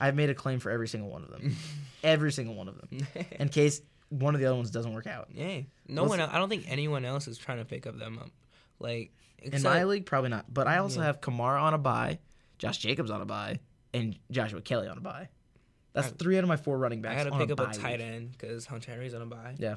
S1: I've made a claim for every single one of them, every single one of them, in case one of the other ones doesn't work out.
S2: Hey, no
S1: Let's-
S2: one. el I don't think anyone else is trying to pick up them up. Like,
S1: In
S2: except,
S1: my league, probably not. But I also have Kamara on a buy, Josh Jacobs on a buy, and Joshua Kelly on a buy. That's
S2: I-
S1: three out of my four running
S2: I
S1: backs.
S2: had to
S1: on
S2: pick up a
S1: bye
S2: tight
S1: week.
S2: end because Hunter Henry's on a bye.
S1: Yeah,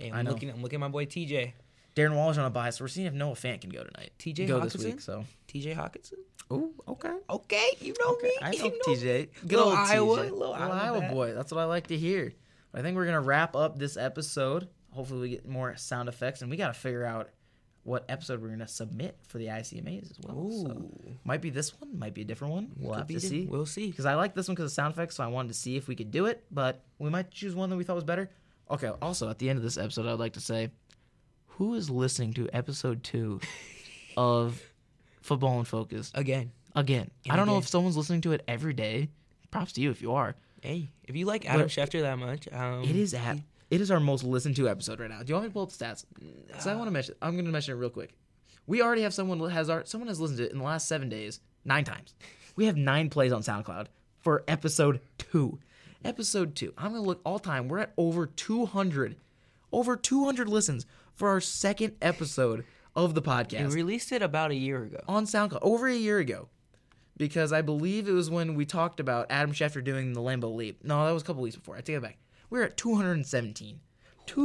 S2: And
S1: I
S2: I'm
S1: know.
S2: looking, I'm looking at my boy TJ,
S1: Darren Wallace on a buy. So we're seeing if Noah Fant can go tonight.
S2: TJ
S1: go this
S2: Hawkinson?
S1: week. So,
S2: TJ Hawkinson.
S1: oh, okay.
S2: Okay, you know
S1: Okay,
S2: me.
S1: I
S2: you
S1: know TJ. Good
S2: Little
S1: old
S2: Iowa,
S1: TJ.
S2: little
S1: Little
S2: Iowa
S1: Iowa
S2: bat.
S1: boy. That's what I like to hear. I think we're gonna wrap up this episode. Hopefully, we get more sound effects, and we gotta figure out what episode we're gonna submit for the ICMAs as well. So,
S2: Ooh.
S1: might be this one, might be a different one. We'll
S2: Could
S1: have
S2: be
S1: to
S2: di-
S1: see.
S2: We'll see.
S1: Because I like this one because of sound effects, so I wanted to see if we could do it, but we might choose one that we thought was better. Okay. Also, at the end of this episode, I'd like to say, who is listening to episode two of Football and Focus?
S2: Again,
S1: again.
S2: And
S1: I don't know
S2: again.
S1: if someone's listening to it every day. Props to you if you are.
S2: hey, if you like Adam
S1: But-
S2: Schefter that much, um,
S1: It is at it is our most listened to episode right now. Do you want me to pull up the stats? Because I want to mention. I'm going to mention it real quick. We already have someone li- has our someone has listened to it in the last seven days nine times. We have nine plays on SoundCloud for episode two. Episode two. I'm going to look all time. We're at over 200, over 200 listens for our second episode of the
S2: We
S1: podcast.
S2: released it about a year ago.
S1: on SoundCloud over a year ago, because I believe it was when we talked about Adam Schefter doing the Lambo leap. No, that was a couple weeks before. I take it back. We were at 217,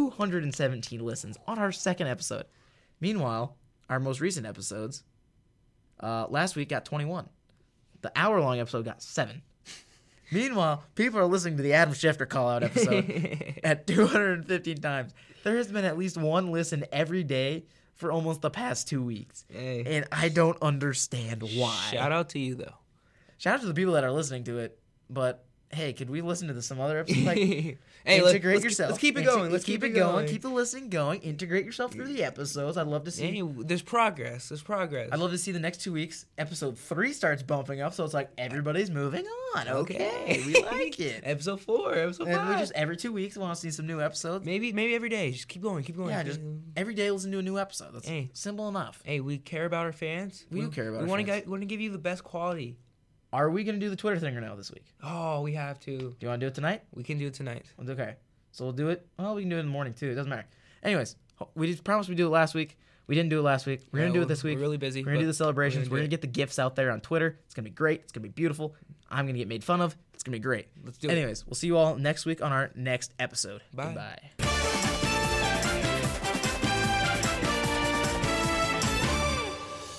S1: 217 listens on our second episode. Meanwhile, our most recent episodes, uh, last week got 21. The hour long episode got seven. Meanwhile, people are listening to the Adam Schefter call out episode at 215 times. There has been at least one listen every day for almost the past two weeks.
S2: Hey.
S1: And I don't understand why.
S2: Shout out to you though.
S1: Shout out to the people that are listening to it. But hey, could we listen to this some other episode? Like,
S2: hey, let's,
S1: integrate
S2: let's
S1: yourself.
S2: Keep, let's keep it
S1: Inte-
S2: going. Let's keep, it going.
S1: Keep the listening going. Integrate yourself through the episodes. I'd love to see.
S2: Hey, there's progress. There's progress.
S1: I'd love to see the next two weeks. Episode three starts bumping up, so it's like everybody's moving on. Okay, we like it.
S2: episode four. Episode
S1: And
S2: five.
S1: we just every two weeks want to see some new episodes.
S2: maybe maybe every day. Just keep going. Keep going.
S1: Yeah,
S2: keep
S1: just
S2: going.
S1: every day listen to a new episode. That's
S2: Hey.
S1: simple enough.
S2: Hey, we care about our fans.
S1: We do care about
S2: We
S1: our
S2: want
S1: fans.
S2: to want to give you the best quality.
S1: Are we gonna do the Twitter thing or no this week?
S2: Oh, we have to.
S1: Do you want to do it tonight?
S2: We can do it tonight.
S1: It's okay. So we'll do it. Well, we can do it in the morning too. It doesn't matter. Anyways, ho- we just promised we do it last week. We didn't do it last week. We're
S2: Yeah,
S1: gonna do
S2: we're-
S1: it this week.
S2: We're really busy.
S1: We're gonna
S2: but
S1: do the celebrations.
S2: do
S1: We're gonna
S2: it.
S1: get the gifts out there on Twitter. It's gonna be great. It's gonna be beautiful. I'm gonna get made fun of. It's gonna be great.
S2: Let's do it.
S1: Anyways, we'll see you all next week on our next episode.
S2: Bye.
S1: Goodbye.